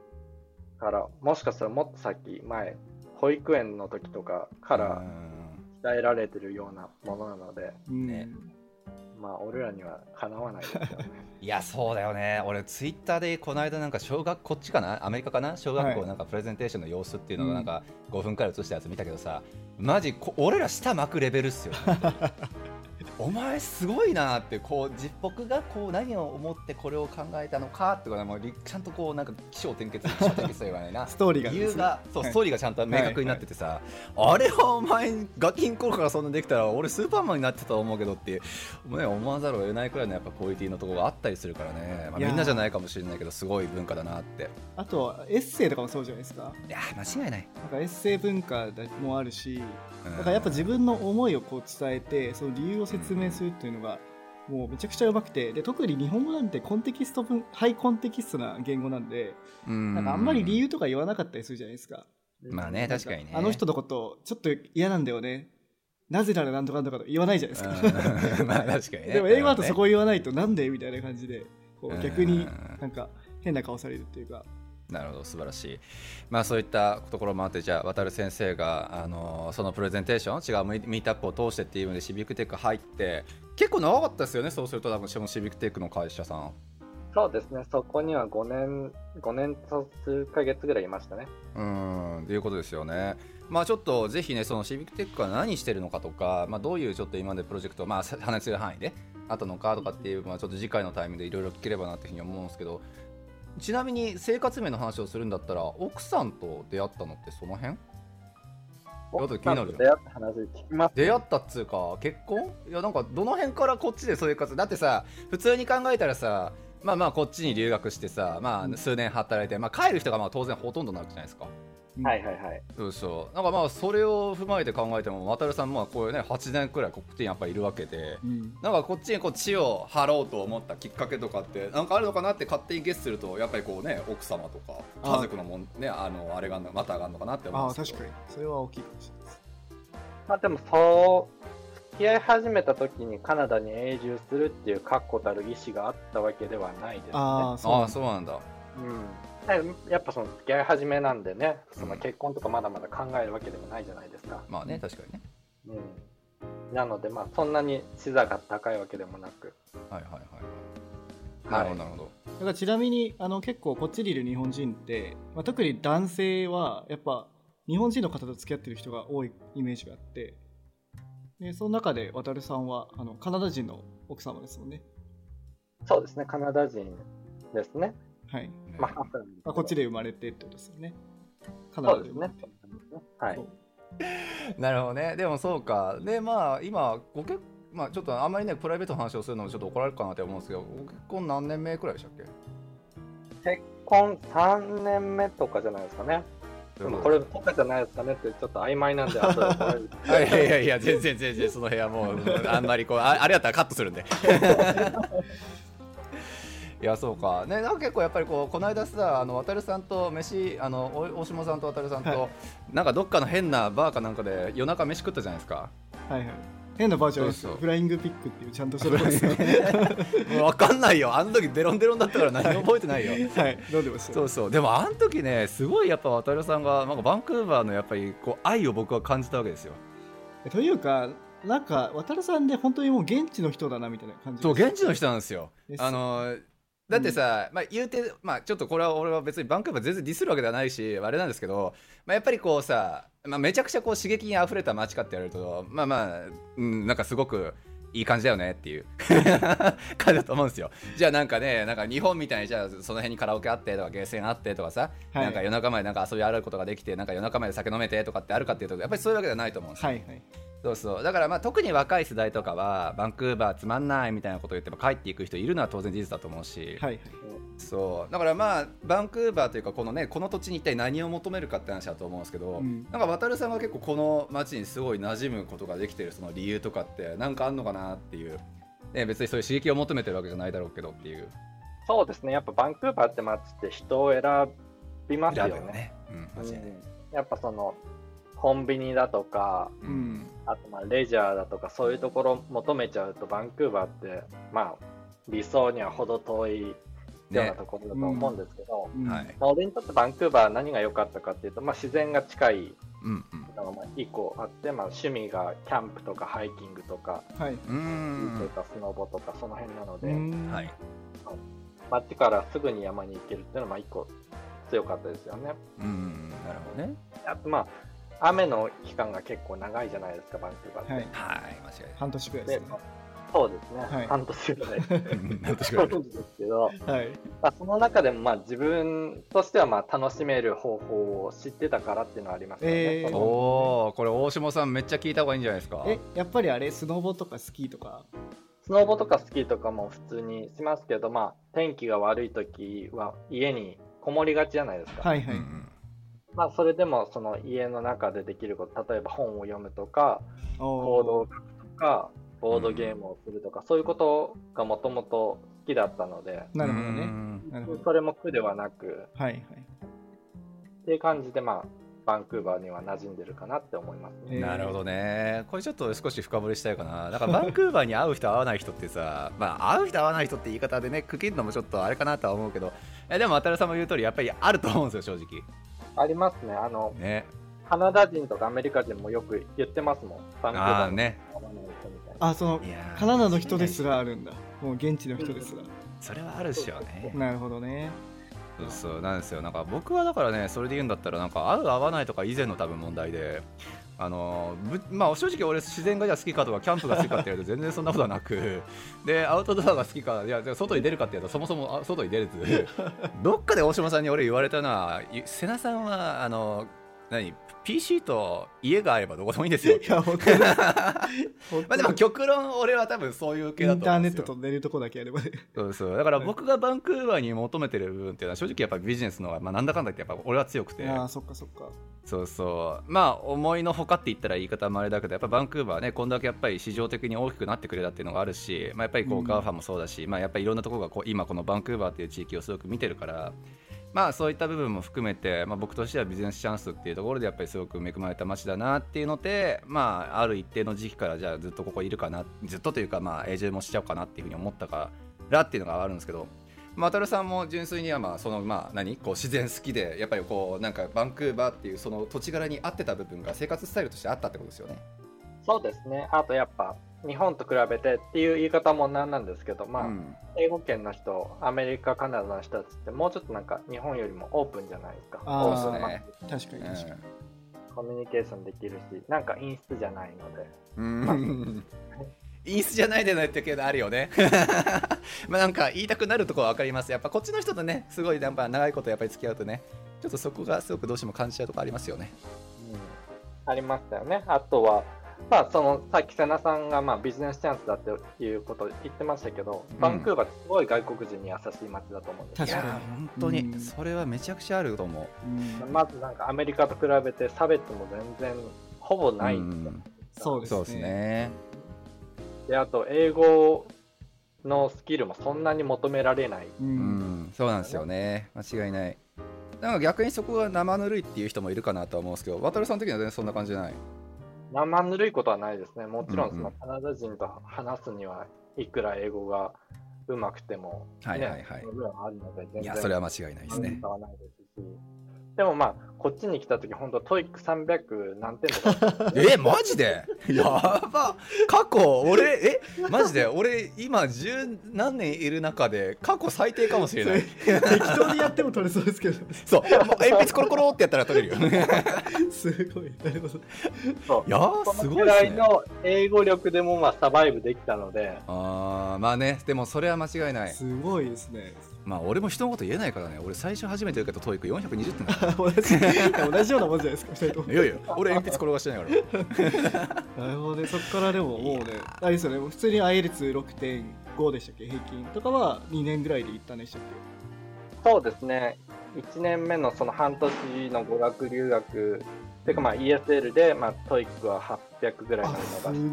からもしかしたらもっと先前保育園の時とかからうん鍛えられてるようなものなのでうん、ねまあ俺らにはかなわないですよね。いやそうだよね俺ツイッターでこの間なんか小学こっちかなアメリカかな小学校はいなんかプレゼンテーションの様子っていうのうをんなんか5分くらい映したやつ見たけどさマジこ俺ら舌巻くレベルっ すよ本当にお前すごいなってこうじ僕がこう何を思ってこれを考えたのかっていうのがもうりちゃんとこうなんか起承転結起承転結とは言わない なストーリーが理由ががそうはいストーリーがちゃんと明確になっててさ、あれはお前ガキン頃からそんなできたら俺スーパーマンになってたと思うけどって、ね、思わざるを得ないくらいのやっぱクオリティのところがあったりするからね、まあ、いやみーんなじゃないかもしれないけどすごい文化だなってあとはエッセイとかもそうじゃないですかいやー間違いない、なんかエッセイ文化だもあるしうんだからやっぱ自分の思いをこう伝えてその理由を説明するっていうのがもうめちゃくちゃうまくてで特に日本語なんてコンテキスト文ハイコンテキストな言語なんでなんかあんまり理由由とか言わなかったりするじゃないですか まあね確かにねあの人のことちょっと嫌なんだよねなぜならなんとかなんとかとか言わないじゃないです か、まあ確かにねでも英語だとそこ言わないとなんでみたいな感じでこうんう逆になんか変な顔されるっていうかなるほど素晴らしい、まあ、そういったところもあってじゃあ渡る先生が、あのーそのプレゼンテーション違うミミートアップを通してっていうのでシビックテック入って結構長かったですよねそうすると多分シビックテックの会社さんそうですね、そこには5年、5年と数ヶ月ぐらいいましたね。うんということですよね。まあちょっとぜひね、そのシビックテックが何してるのかとか、まあ、どういうちょっと今までプロジェクト、まあさ話せる範囲であったのかとかっていう、まあ、ちょっと次回のタイミングでいろいろ聞ければなっていうふうに思うんですけど、ちなみに生活面の話をするんだったら、奥さんと出会ったのってその辺やだ気になるじゃん出会った話聞きます。出会ったっつうか結婚いやなんかどの辺からこっちでそういう活動だってさ普通に考えたらさまあまあこっちに留学してさまあ数年働いて、まあ、帰る人がまあ当然ほとんどになるじゃないですかはいはいはい。そうそうなんかまあそれを踏まえて考えても渡さんまあこういうね8年くらいこっちにやっぱいるわけでうんなんかこっちにこう地を張ろうと思ったきっかけとかってなんかあるのかなって勝手にゲスするとやっぱりこうね奥様とか家族のもんねあのあれがまた上がるのかなって思うんああです確けどかにそれは大きいかもしれないですまあでもそう、付き合い始めた時にカナダに永住するっていう確固たる意思があったわけではないですね。ああそうあなあんだそうなんだうん、でやっぱその付き合い始めなんでね、その結婚とかまだまだ考えるわけでもないじゃないですか。まあね確かにねうん、なので、まあ、そんなに資座が高いわけでもなく、はいはいはい。はないるほど、なるほど。だからちなみにあの結構こっちにいる日本人って、まあ、特に男性はやっぱ日本人の方と付き合ってる人が多いイメージがあってでその中で渡るさんはあのカナダ人の奥様ですもんねそうですね、カナダ人ですね。はい、まあ、ハーフなんですけどまあ、こっちで生まれてってことですよねカナそダうでです生まねれて。はい。なるほどね。でもそうか。で、まあ、今、ご結まあ、ちょっとあんまりね、プライベートの話をするのもちょっと怒られるかなって思うんですけど、ご結婚何年目くらいでしたっけ結婚3年目とかじゃないですかね。でもこれ、とかじゃないですかねって、ちょっと曖昧なんで、後で怒られるいやいやいや、全然全然、その部屋もう、あんまりこう、ああれやったらカットするんで。 いやそうかねなんか結構やっぱりこうこの間さあの渡さんと飯あのお大下さんと渡さんと、はなんかどっかの変なバーかなんかで夜中飯食ったじゃないですかはいはい変なバージョンですそうそうフライングピックっていうちゃんとしたとこですねもう分かんないよあの時デロンデロンだったから何も 覚えてないよはい飲んでましたそようそうでもあの時ねすごいやっぱ渡るさんがなんかバンクーバーのやっぱりこう愛を僕は感じたわけですよというかなんか渡るさんで本当にもう現地の人だなみたいな感じそうがして現地の人なんですよですあのだってさ、まあ、言うて、まあ、ちょっとこれは俺は別にバンクーバー全然ディスるわけではないしあれなんですけど、まあ、やっぱりこうさ、まあ、めちゃくちゃこう刺激にあふれた街かってやるとまあまあ、うん、なんかすごくいい感じだよねっていう 感じだと思うんですよじゃあなんかねなんか日本みたいにじゃあその辺にカラオケあってとかゲーセンあってとかさ、はいなんか夜中までなんか遊び歩くことができてなんか夜中まで酒飲めてとかってあるかっていうとやっぱりそういうわけじゃないと思うんですよはいはいそうそうだからまあ特に若い世代とかはバンクーバーつまんないみたいなことを言っても帰っていく人いるのは当然事実だと思うし、はいはいそうだからまあバンクーバーというかこのねこの土地に一体何を求めるかって話だと思うんですけど、うんなんか渡さんが結構この町にすごい馴染むことができてるその理由とかってなんかあんのかなっていう、ね、別にそういう刺激を求めてるわけじゃないだろうけどっていうそうですね、やっぱバンクーバーって街って人を選びますよ選ぶよね。ね、うん、間う違いない、んやっぱそのコンビニだとか、ううんんあとまあレジャーだとかそういうところ求めちゃうとバンクーバーってまあ理想にはほど遠いようなねところだと思うんですけど、うんはいまあ、俺にとってバンクーバーは何が良かったかっていうと、まあ、自然が近いうんのがまあ一個あって、まあ、趣味がキャンプとかハイキングとか、はいうんうんとかスノボとかその辺なので、うんはい街からすぐに山に行けるっていうのはまあ一個強かったですよね。うんうんなるほどねあとまあ雨の期間が結構長いじゃないですかバンクーバーって。はい、はい間違いない半年くらいででねすまあそうですね、はい半年ぐらい。うん なんとしか言そうえるですけど、はい、まあ、その中でもまあ自分としてはまあ楽しめる方法を知ってたからっていうのはありますよね。えーそのおおこれ大下さんめっちゃ聞いた方がいいんじゃないですかえやっぱりあれスノボとかスキーとかスノボとかスキーとかも普通にしますけど、まあ、天気が悪い時は家にこもりがちじゃないですか。はいはい、うんまあ、それでもその家の中でできること、例えば本を読むとか、お行ー動を書くとか、ボードゲームをするとか、そういうことがもともと好きだったので、うなんるほどうねんなるほどそれも苦ではなく、はいはいっていう感じで、まあ、バンクーバーには馴染んでるかなって思いますえね。ーなるほどねこれちょっと少し深掘りしたいかなだからバンクーバーに会う人会わない人ってさまあ会う人会わない人って言い方でね区切るのもちょっとあれかなとは思うけどえでも渡さんも言う通りやっぱりあると思うんですよ正直ありますね。あの、ねカナダ人とかアメリカ人もよく言ってますもん。バンクーあバあーねの人みたいな。あそのいやーカナダの人ですらあるんだもう現地の人ですらそれはあるっしょねなるほどね。そうそうなんですよなんか僕はだからねそれで言うんだったらなんか合う合わないとか以前の多分問題であのぶまあ正直俺自然がじゃあ好きかとかキャンプが好きかって言われて全然そんなことはなくでアウトドアが好きかいやじゃあ外に出るかって言うとそもそもあ外に出れずどっかで大島さんに俺言われたのはい瀬名さんはあの何 PC と家があればどこでもいいんですよっていや、本 当に。まあでも極論俺は多分そういうイ系だンと思タうーんでネッすよトと寝るとこだけやればね。そうそうだから僕がバンクーバーに求めてる部分っていうのは正直やっぱビジネスの方が、まあ、なんだかんだ言ってやっぱ俺は強くてああ、そっかそっか。そうそうまあ思いのほかって言ったら言い方もあれだけどやっぱバンクーバーねこんだけやっぱり市場的に大きくなってくれたっていうのがあるし、まあ、やっぱりこうんうガーファもそうだし、まあやっぱりいろんなところがこう今このバンクーバーっていう地域をすごく見てるから。まあそういった部分も含めて、まあ、僕としてはビジネスチャンスっていうところでやっぱりすごく恵まれた街だなっていうので、まあ、ある一定の時期からじゃあずっとここいるかなずっとというかまあ永住もしちゃおうかなっていうふうに思ったからっていうのがあるんですけどまあ、渡るさんも純粋にはまあそのまあ何こう自然好きでやっぱりこうなんかバンクーバーっていうその土地柄に合ってた部分が生活スタイルとしてあったってことですよね。そうですね。あとやっぱ日本と比べてっていう言い方もなんなんですけど、まあ、うん英語圏の人、アメリカ、カナダの人たちってもうちょっとなんか日本よりもオープンじゃないですか。あーオープンなそうね確かに確かに。コミュニケーションできるし、なんか陰湿じゃないので。うんイースじゃないでないってけどあるよね。まあなんか言いたくなるところは分かります。やっぱこっちの人とねすごいやっぱ長いことやっぱり付き合うとねちょっとそこがすごくどうしても感じちゃうところありますよね。ありましたよね。あとは、まあ、そのさっき瀬名さんがまあビジネスチャンスだっていうことを言ってましたけど、んバンクーバーってすごい外国人に優しい街だと思うんですい確よやかーに本当うにんそれはめちゃくちゃあると思う。うんまずなんかアメリカと比べて差別も全然ほぼない、うんそうですね。そうですね。であと英語のスキルもそんなに求められない、う。うんん、そうなんですよね間違いないなんか逆にそこが生ぬるいっていう人もいるかなとは思うんですけど渡さん的には全然そんな感じじゃない生ぬるいことはないですねもちろんそうんうのんカナダ人と話すにはいくら英語が上手くても、ねはいはいはいその分あるので全い然やそれは間違いないですね変わらないですしでもまあこっちに来た時本当トイック300何点 とかえマジで やば過去俺えマジで俺今十何年いる中で過去最低かもしれない適当にやっても取れそうですけど、 そうもう鉛筆コロコロってやったら取れるよすごい。なるほど。そうい やーそすのごぐいでらすいねの英語力でもまあサバイブできたのであーまあねでもそれは間違いないすごいですね。まあ俺も人のこと言えないからね俺最初初めて受けたトイック420点だか同じ、同じようなもんじゃないですか、二人ともらい。やいや俺鉛筆転がしてないからなるほどね、そっからでももうね、あれですよね、もう普通に IL26.5 でしたっけ、平均とかは2年ぐらいでいったんでしたっそうですね1年目のその半年の語学留学てかまあ ESL で、まあ、トイックは800ぐらけ。いまあで、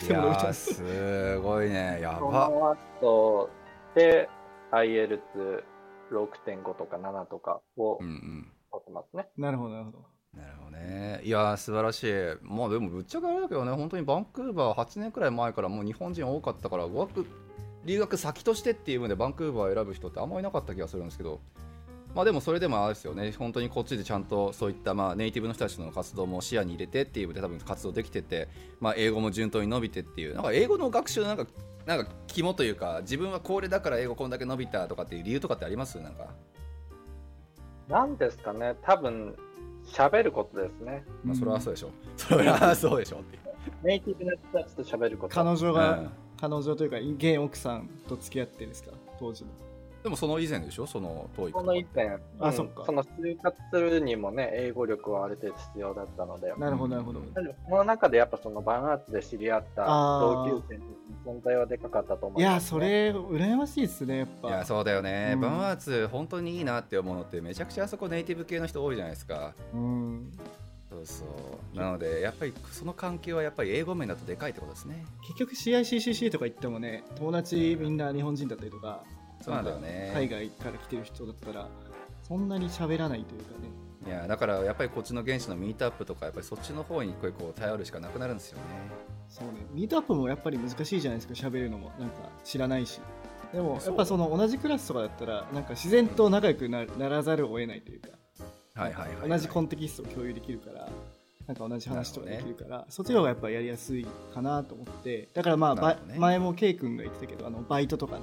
すいごい、500点伸ばしてやも伸びたー。すごいねやそばの後で IELTS6.5 とか7とかをうんうん取ってますね、なるほど、なるほど。なるほどねいやー素晴らしいまあでもぶっちゃけあれだけどね本当にバンクーバー8年くらい前からもう日本人多かったから語学留学先としてっていう分でバンクーバーを選ぶ人ってあんまりいなかった気がするんですけどまあでもそれでもあれですよね本当にこっちでちゃんとそういったまあネイティブの人たちの活動も視野に入れてっていうので多分活動できててまあ英語も順当に伸びてっていうなんか英語の学習のなんかなんか肝というか自分はこれだから英語こんだけ伸びたとかっていう理由とかってありますなんか、なんですかね多分喋ることですねまあ、それはそうでしょ、それはそうでしょっていうネイティブな人たちと喋ること彼女が、うん彼女というか、現奥さんと付き合ってですか、当時の。でもその以前でしょその TOEIC その一点、あうんそっかその就活するにもね、英語力はある程度必要だったので、なるほど、なるほど。でもその中でやっぱそのバーンアーツで知り合ったあー同級生の存在はでかかったと思いまや、すそれ、羨ましいですね、やっいやぱ。そうだよね、うんバンアーツ本当にいいなって思うのってめちゃくちゃあそこネイティブ系の人多いじゃないですかうん。そうそうなのでやっぱりその関係はやっぱり英語面だとでかいってことですね結局 CICCC とか行ってもね、友達みんな日本人だったりとか、そうなんだよね海外から来てる人だったら、そんなに喋らないというかね。いやだからやっぱりこっちの現地のミートアップとかやっぱりそっちの方にこうこう頼るしかなくなるんですよねそうね、ミートアップもやっぱり難しいじゃないですか、喋るのも、なんか知らないし。でも、そうやっぱその同じクラスとかだったら、なんか自然と仲良くなならざるを得ないというか、はいはいはい、はい、同じコンテキストを共有できるから、なんか同じ話とかできるから、そっちの方がやっぱやりやすいかなと思って、だからまあ、なばるほどね前も K 君が言ってたけど、あのバイトとかね、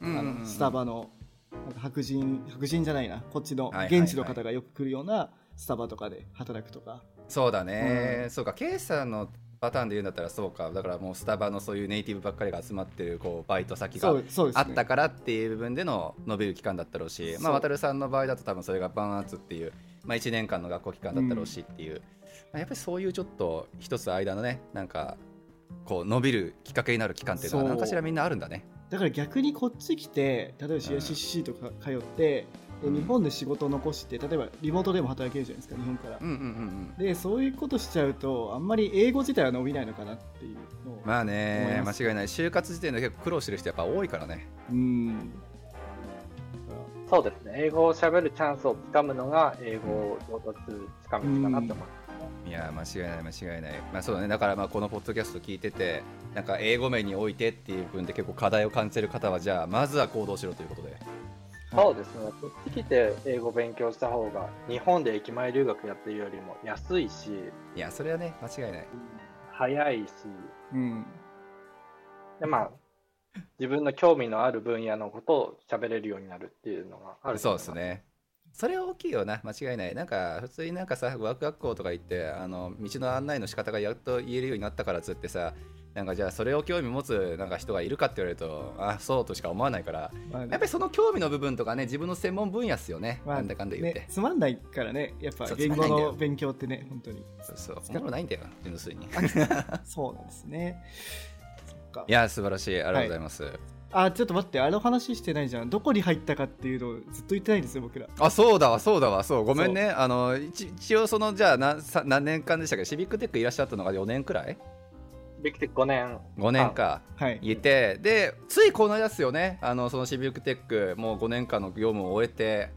うんうんうんあのスタバのなんか白人白人じゃないなこっちのはいはいはい現地の方がよく来るようなスタバとかで働くとか、そうだね、そうか K さんのパターンで言うんだったらそうかだからもうスタバのそういうネイティブばっかりが集まってるこうバイト先がそうそうですあねったからっていう部分での伸びる期間だったろうし、まあ、そう渡さんの場合だと多分それがバーンアーツっていう、まあ、1年間の学校期間だったろうしっていう、まあやっぱりそういうちょっと一つ間のねなんかこう伸びるきっかけになる期間っていうのはそう何かしらみんなあるんだね。だから逆にこっち来て例えば CSCC とか通って、うんで日本で仕事を残して例えばリモートでも働けるじゃないですか日本から、うんうんうんうんでそういうことしちゃうとあんまり英語自体は伸びないのかなっていうのを、まあ思いねま間違いない就活時点で結構苦労してる人やっぱ多いからねうんそうですね。英語を喋るチャンスをつかむのが、英語を上達する近道かなと思います。いや間違いない間違いないまあそうだねだからまあこのポッドキャスト聞いててなんか英語面においてっていう部分で結構課題を感じてる方はじゃあまずは行動しろということでそうですね、こっち来て英語勉強した方が、日本で駅前留学やってるよりも安いし、いやそれはね間違いない早いし、うんでまあ、自分の興味のある分野のことを喋れるようになるっていうのがあるそうです。ね。それは大きいよな、間違いない。なんか、普通になんかさ、ワーク学校とか行って、あの、道の案内の仕方がやっと言えるようになったからっつってさ、なんかじゃあ、それを興味持つなんか人がいるかって言われると、あ、そうとしか思わないから、まあねやっぱりその興味の部分とかね、自分の専門分野っすよね。まあなんだかんだ言って。ね、つまんないからねやっぱそう言つま語んないんだのよ勉強ってね本当 にそうそう、おもろないんだよ、純粋に。いそうなんですねそっかや、素晴らしい。ありがとうございます。あちょっと待ってあの話してないじゃんどこに入ったかっていうのをずっと言ってないんですよ僕らあそうだわそうだわそうごめんねあの一一応そのじゃあ何さ何年間でしたっけシビックテックいらっしゃったのが4年くらいビクティック5年、 5年かはいいてでついこの間ですよねあのそのシビックテックもう5年間の業務を終えて、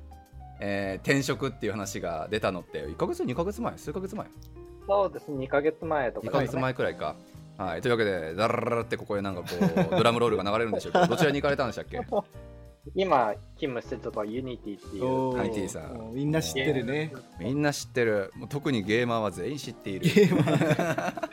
えー転職っていう話が出たのって1ヶ月2ヶ月前数ヶ月前そうですね、2ヶ月前とか2ですヶね月前くらいか、はい、というわけでダラララってここへなんかこう ドラムロールが流れるんでしょうけどどちらに行かれたんで したっけ今、勤務してるとこは Unity っていう、ー IT さんもうみんな知ってるねみんな知ってるもう特にゲーマーは全員知っているゲーマ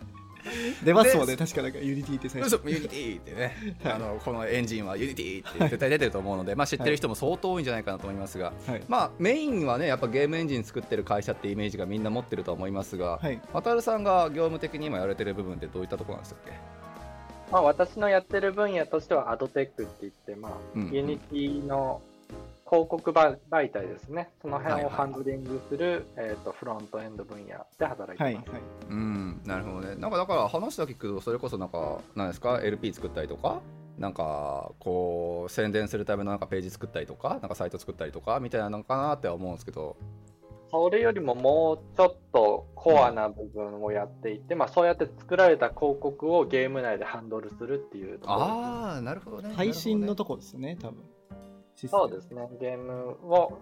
出ますもんね確かなんかユニティって最初嘘ユニティってね、あのこのエンジンはユニティって絶対出てると思うので、まあ、知ってる人も相当多いんじゃないかなと思いますが、はいまあ、メインはねやっぱゲームエンジン作ってる会社ってイメージがみんな持ってると思いますが、はい渡るさんが業務的に今やられてる部分ってどういったところなんですかっまあ、私のやってる分野としては、アドテックって言って、まあ、うん Unity の広告ば媒体ですね、そのはい辺はをいハンドリングする、えー、とフロントエンド分野で働いはいてはまいす。けうんなるほどねなんかだから話だけ聞くとそれこそなんかなんですか LP 作ったりとかなんかこう宣伝するためのなんかページ作ったりとかなんかサイト作ったりとかみたいなのかなっては思うんですけどそれよりももうちょっとコアな部分をやっていて、まあ、そうやって作られた広告をゲーム内でハンドルするっていうところああなるほどね配な信のるほとこですよね多分そうですすね、ゲームを、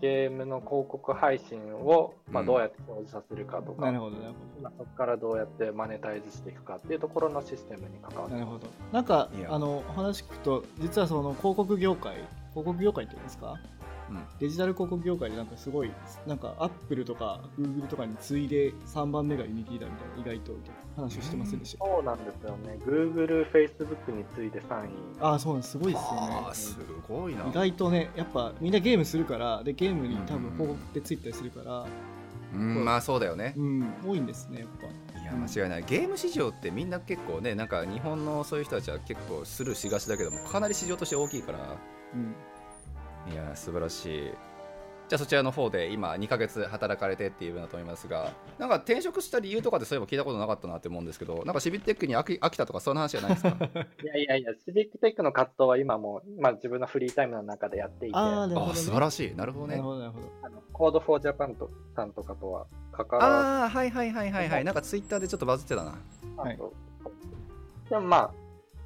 ゲームの広告配信を、まあ、うんどうやって表示させるかとか、なるほどなるほまあそこからどうやってマネタイズしていくかっていうところのシステムに関わどなってるほどなんかいやあのお話聞くと実はその広告業界広告業界って言うんですか、うんデジタル広告業界でなんかすごいなんかアップルとかグーグルとかに次いで3番目がユニティだみたいな意外とみたいな話をしてませんでした、そうなんですよね、Google、Facebook に次いで3位。ああそうなんですすごいどねですよねあーすごいな意外とねやっぱみんなゲームするからでゲームに多分広告ってついたりするからうんまあそうだよねうん多いんですねやっぱいや間違いないゲーム市場ってみんな結構ねなんか日本のそういう人たちは結構スルーしがちだけどもかなり市場として大きいからうんいや素晴らしいじゃあそちらの方で今2ヶ月働かれてっていう部分だと思いますがなんか転職した理由とかでそういえば聞いたことなかったなって思うんですけどなんかシビテックに飽き飽きたとかそんな話じゃないですかいやいやいや、シビックテックの活動は今もう、まあ、自分のフリータイムの中でやっていて、ああ なるほど、あね、素晴らしいなるほどなねるほどなるほどあの Code for Japan とさんとかとは関わああはいはいはいはいはいなんかツイッターでちょっとバズってたならはいず、でもまあ、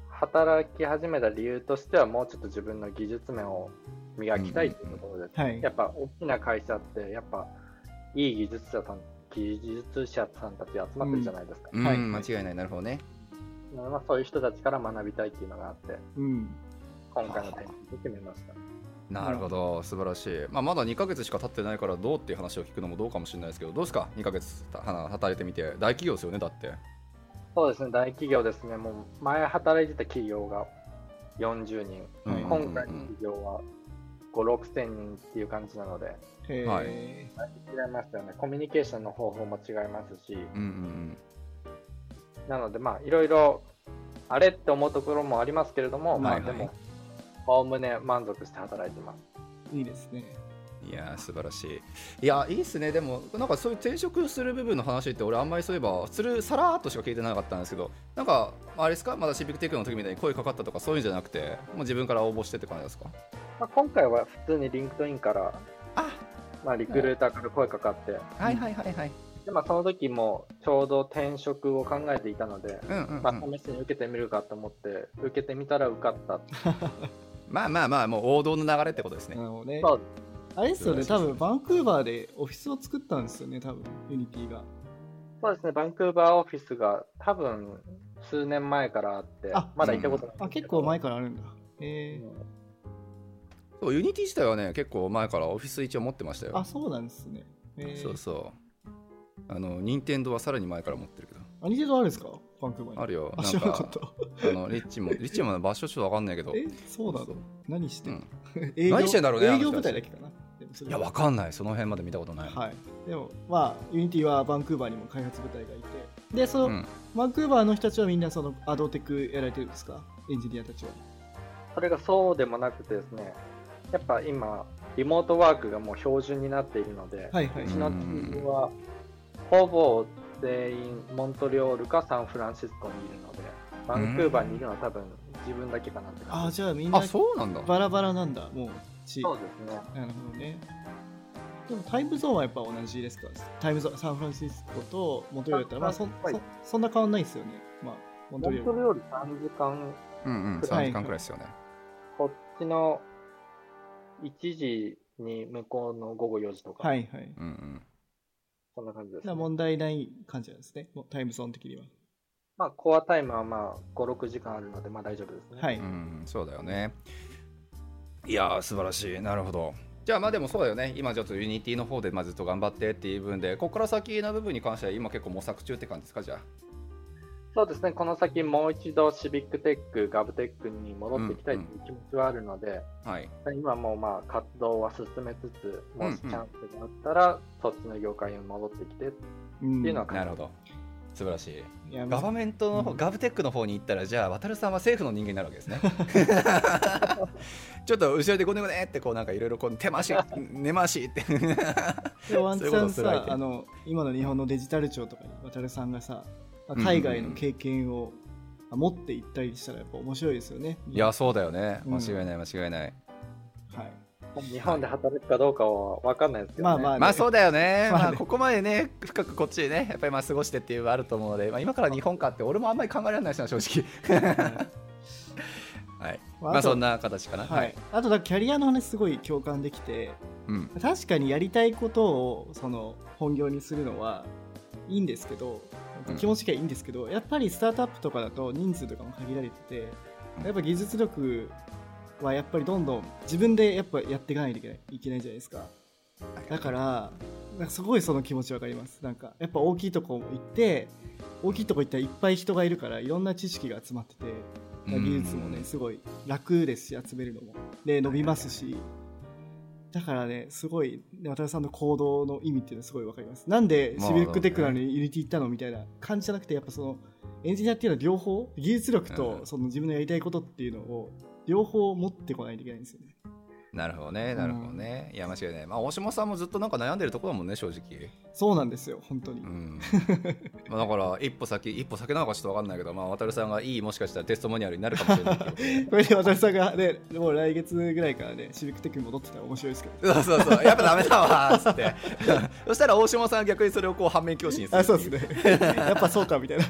働き始めた理由としては、もうちょっと自分の技術面を磨きたいというところで、はいやっぱ大きな会社って、やっぱいい技術者さん、技術者さんたち集まってるじゃないですか。うん、はい間違いないなるほどねまあ、そういう人たちから学びたいっていうのがあって、うん今回の点に決めました。なるほど素晴らしい、まあ、まだ2ヶ月しか経ってないからどうっていう話を聞くのもどうかもしれないですけどどうですか2ヶ月た働いてみて大企業ですよねだってそうですね、大企業ですね、もう前働いてた企業が、 40人、うんうんうん今回の市場は5、6000人っていう感じなので、へーはい違いましたよね、コミュニケーションの方法も違いますし、うんうんなので、まあ、いろいろ、あれって思うところもありますけれども、まはあ、いではいも、おおむね満足して働いてます。いいですね。うんいやー素晴らしいいやーいいっすねでもなんかそういう転職する部分の話って俺あんまりそういえばするさらーっとしか聞いてなかったんですけどなんかあれですかまだシビックテックの時みたいに声かかったとかそういうんじゃなくてもう自分から応募してって感じですかまあ、今回は普通に LinkedIn から、あまあ、リクルーターから声かかって、はいはいはいはいでまあ、その時もちょうど転職を考えていたので、うんうん、うんまあ、試しに受けてみるかと思って、受けてみたら受かった。まあまあまあもう王道の流れってことですねなるほどね。そうあれですよね、素晴ら多しいですね分バンクーバーでオフィスを作ったんですよね、多分ユニティが。そうですね、バンクーバーオフィスが多分数年前からあってあ、まだ行ったことない、あ、結構前からあるんだ。へーそうユニティ自体はね結構前からオフィス一応持ってましたよあ、そうなんですね。へーそうそうあの任天堂はさらに前から持ってるけどあ、ニティドあるんですかバンクーバーに。あるよあ、なん知らなかかった。あのリッチもリッチもね場所ちょっと分かんないけどえ、そうなのそう何してんの、営何してんだろうね営業あの人部たち隊だけかな。でもそれいや分かんないその辺まで見たことない、はい。でも、まあ、ユニティはバンクーバーにも開発部隊がいて、で、その、うんバンクーバーの人たちはみんなそのアドテクやられてるんですかエンジニアたちは。それがそうでもなくてですね、やっぱ今、リモートワークがもう標準になっているので、はいはいうち。のチームはほぼ全員モントリオールかサンフランシスコにいるので、バンクーバーにいるのは多分自分だけかなってあ感あ、じ。じゃあみんなあそうなんだバラバラなんだ、もう、ち。そうですね。なるほどね。でもタイムゾーンはやっぱ同じですかタイムゾーン、サンフランシスコとモントリオールだったら、まあそんはいそそんな変わんないですよね。まあ、モンモトンリオトーリル。オール3時間、うんうん3時間くらいですよね、こっちの1時に向こうの午後4時とか、はいはい。うんうんそんな感じです、なね。問題ない感じなんですね、もうタイムゾーン的には。まあ、コアタイムはまあ5、6時間あるので、まあ大丈夫ですね。はい。うん、そうだよね。いやー、素晴らしい、なるほど。じゃあまあでもそうだよね、今ちょっとユニティの方でまあずっと頑張ってっていう部分で、ここから先の部分に関しては今結構模索中って感じですか、じゃあ。そうですね、この先もう一度シビックテック、ガブテックに戻っていきたいという気持ちはあるので、はい、今もまあ活動は進めつつ、もしチャンスがあったら、そっちの業界に戻ってきてってうんいうのは、なるほど。素晴らしい。いやまガあバメントの方、うんガブテックの方に行ったら、じゃあ、渡るさんは政府の人間になるわけです ね。ちょっと後ろでごねごねって、こうなんかいろいろこう手 回し、根回しって。でワンチそういうャこンとする相さ手あの今の日本のデジタル庁とかに渡るさんがさ、まあ海外の経験をあ持っていったりしたらやっぱ面白いですよね。いや、そうだよね。うん間違いない、間違いない。はい、日本で働くかどうかは分かんないですけど、まねあまあ、まあそうだよね、まあねまあ、ここまでね、深くこっちでね、やっぱりまあ過ごしてっていうのはあると思うので、まあ、今から日本かって、俺もあんまり考えられないですな、正 直。はいはい、ままあああとそんな形かな。はい、あとだからキャリアの話すごい共感できてうん、確かにやりたいことをその本業にするのはいいんですけどうん気持ちがいいんですけど、やっぱりスタートアップとかだと人数とかも限られててうんやっぱ技術力はやっぱりどんどん自分でやっぱやっていかないといけないいけないじゃないですかだからなんかすごいその気持ちわかりますなんかやっぱ大きいとこ行って大きいとこ行ったらいっぱい人がいるからいろんな知識が集まっててうん技術もねすごい楽ですし集めるのもで伸びますしだからねすごいね渡辺さんの行動の意味っていうのはすごいわかりますなんでまあシビリックテックなのにユニティ行ったのみたいな感じじゃなくてやっぱそのエンジニアっていうのは両方技術力とうんその自分のやりたいことっていうのを両方持ってこないといけないんですよねなるほどね、なるほどね。いや、間違いない。まあ、大島さんもずっとなんか悩んでるところだもんね、正直。そうなんですよ本当に、うん、まあだから、一歩先、一歩先なのかちょっと分かんないけど、まあ、渡るさんがいい、もしかしたらテストマニュアルになるかもしれないっていうことで。これで渡辺さんがねもう来月ぐらいからねシビリックテックに戻ってたら面白いですけどそうそうそう、やっぱダメだわーっつって。 そしたら大島さんは逆にそれをこう反面教師にする。あそうです ねやっぱそうかみたいな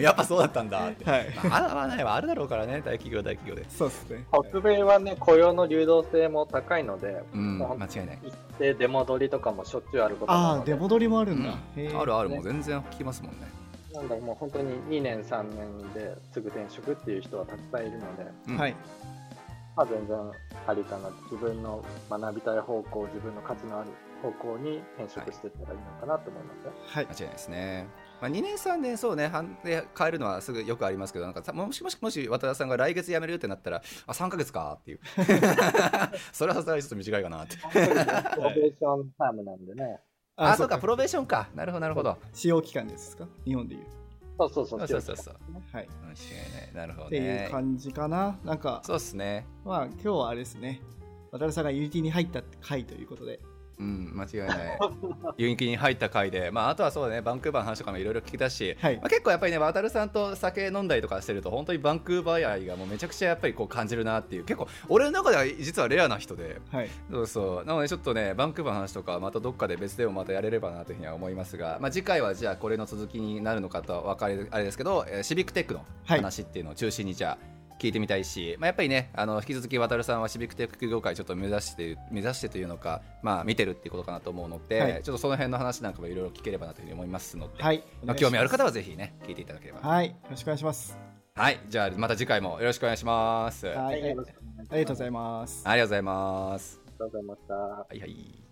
やっぱそうだったんだって。はいまあ、あらはないはあるだろうからね、大企業は大企業で。そうですね北米はね、雇用の流動性も高いので、うん、もう間違いない。行って出戻りとかもしょっちゅうあることなあのあ出で、戻りもあるうんんだ、へーあるある、もう全然聞きますもんね。なんだろうもう本当に2年、3年ですぐ転職っていう人はたくさんいるので、うんはいまあ、全然ありかな自分の学びたい方向自分の価値のある方向に転職していったらいいのかなと思いますね、はい間違いないですね。まあ、2年3年そうね半で変えるのはすぐよくありますけどなんかさもしもしもし渡田さんが来月辞めるってなったらあ3か月かっていう それはさすがにちょっと短いかなってプロベーションタームなんでね。あそうかプロベーションかなるほどなるほど使用期間ですか日本でいうそうそうそ。そううそうそうそうは間違いいないなるほどっていうね感じかななんかそうっすねまあ今日はあれですね渡辺さんが UT に入った回ということでうん間違いない ユニキに入った回でまああとはそうだねバンクーバーの話とかもいろいろ聞き出しはいまあ、結構やっぱりね渡さんと酒飲んだりとかしてると本当にバンクーバー愛がもうめちゃくちゃやっぱりこう感じるなっていう結構俺の中では実はレアな人ではいそうそうなのでちょっとねバンクーバーの話とかまたどっかで別でもまたやれればなというふうには思いますが、まあ、次回はじゃあこれの続きになるのかとは分かれあれですけど、えーシビックテックの話っていうのを中心にじゃあ聞いてみたいし、まあ、やっぱりねあの引き続き渡さんはシビックテック業界ちょっと目指して目指してというのか、まあ、見てるっていうことかなと思うので、はいちょっとその辺の話なんかもいろいろ聞ければなというふうに思いますので、はいまあ、興味ある方はぜひね聞いていただければはい、はいよろしくお願いしますじゃあまた次回もよろしくお願いします、ははいい、ありがよろとしくお願いしうますございますありがとうございますありがとうございました。はいはい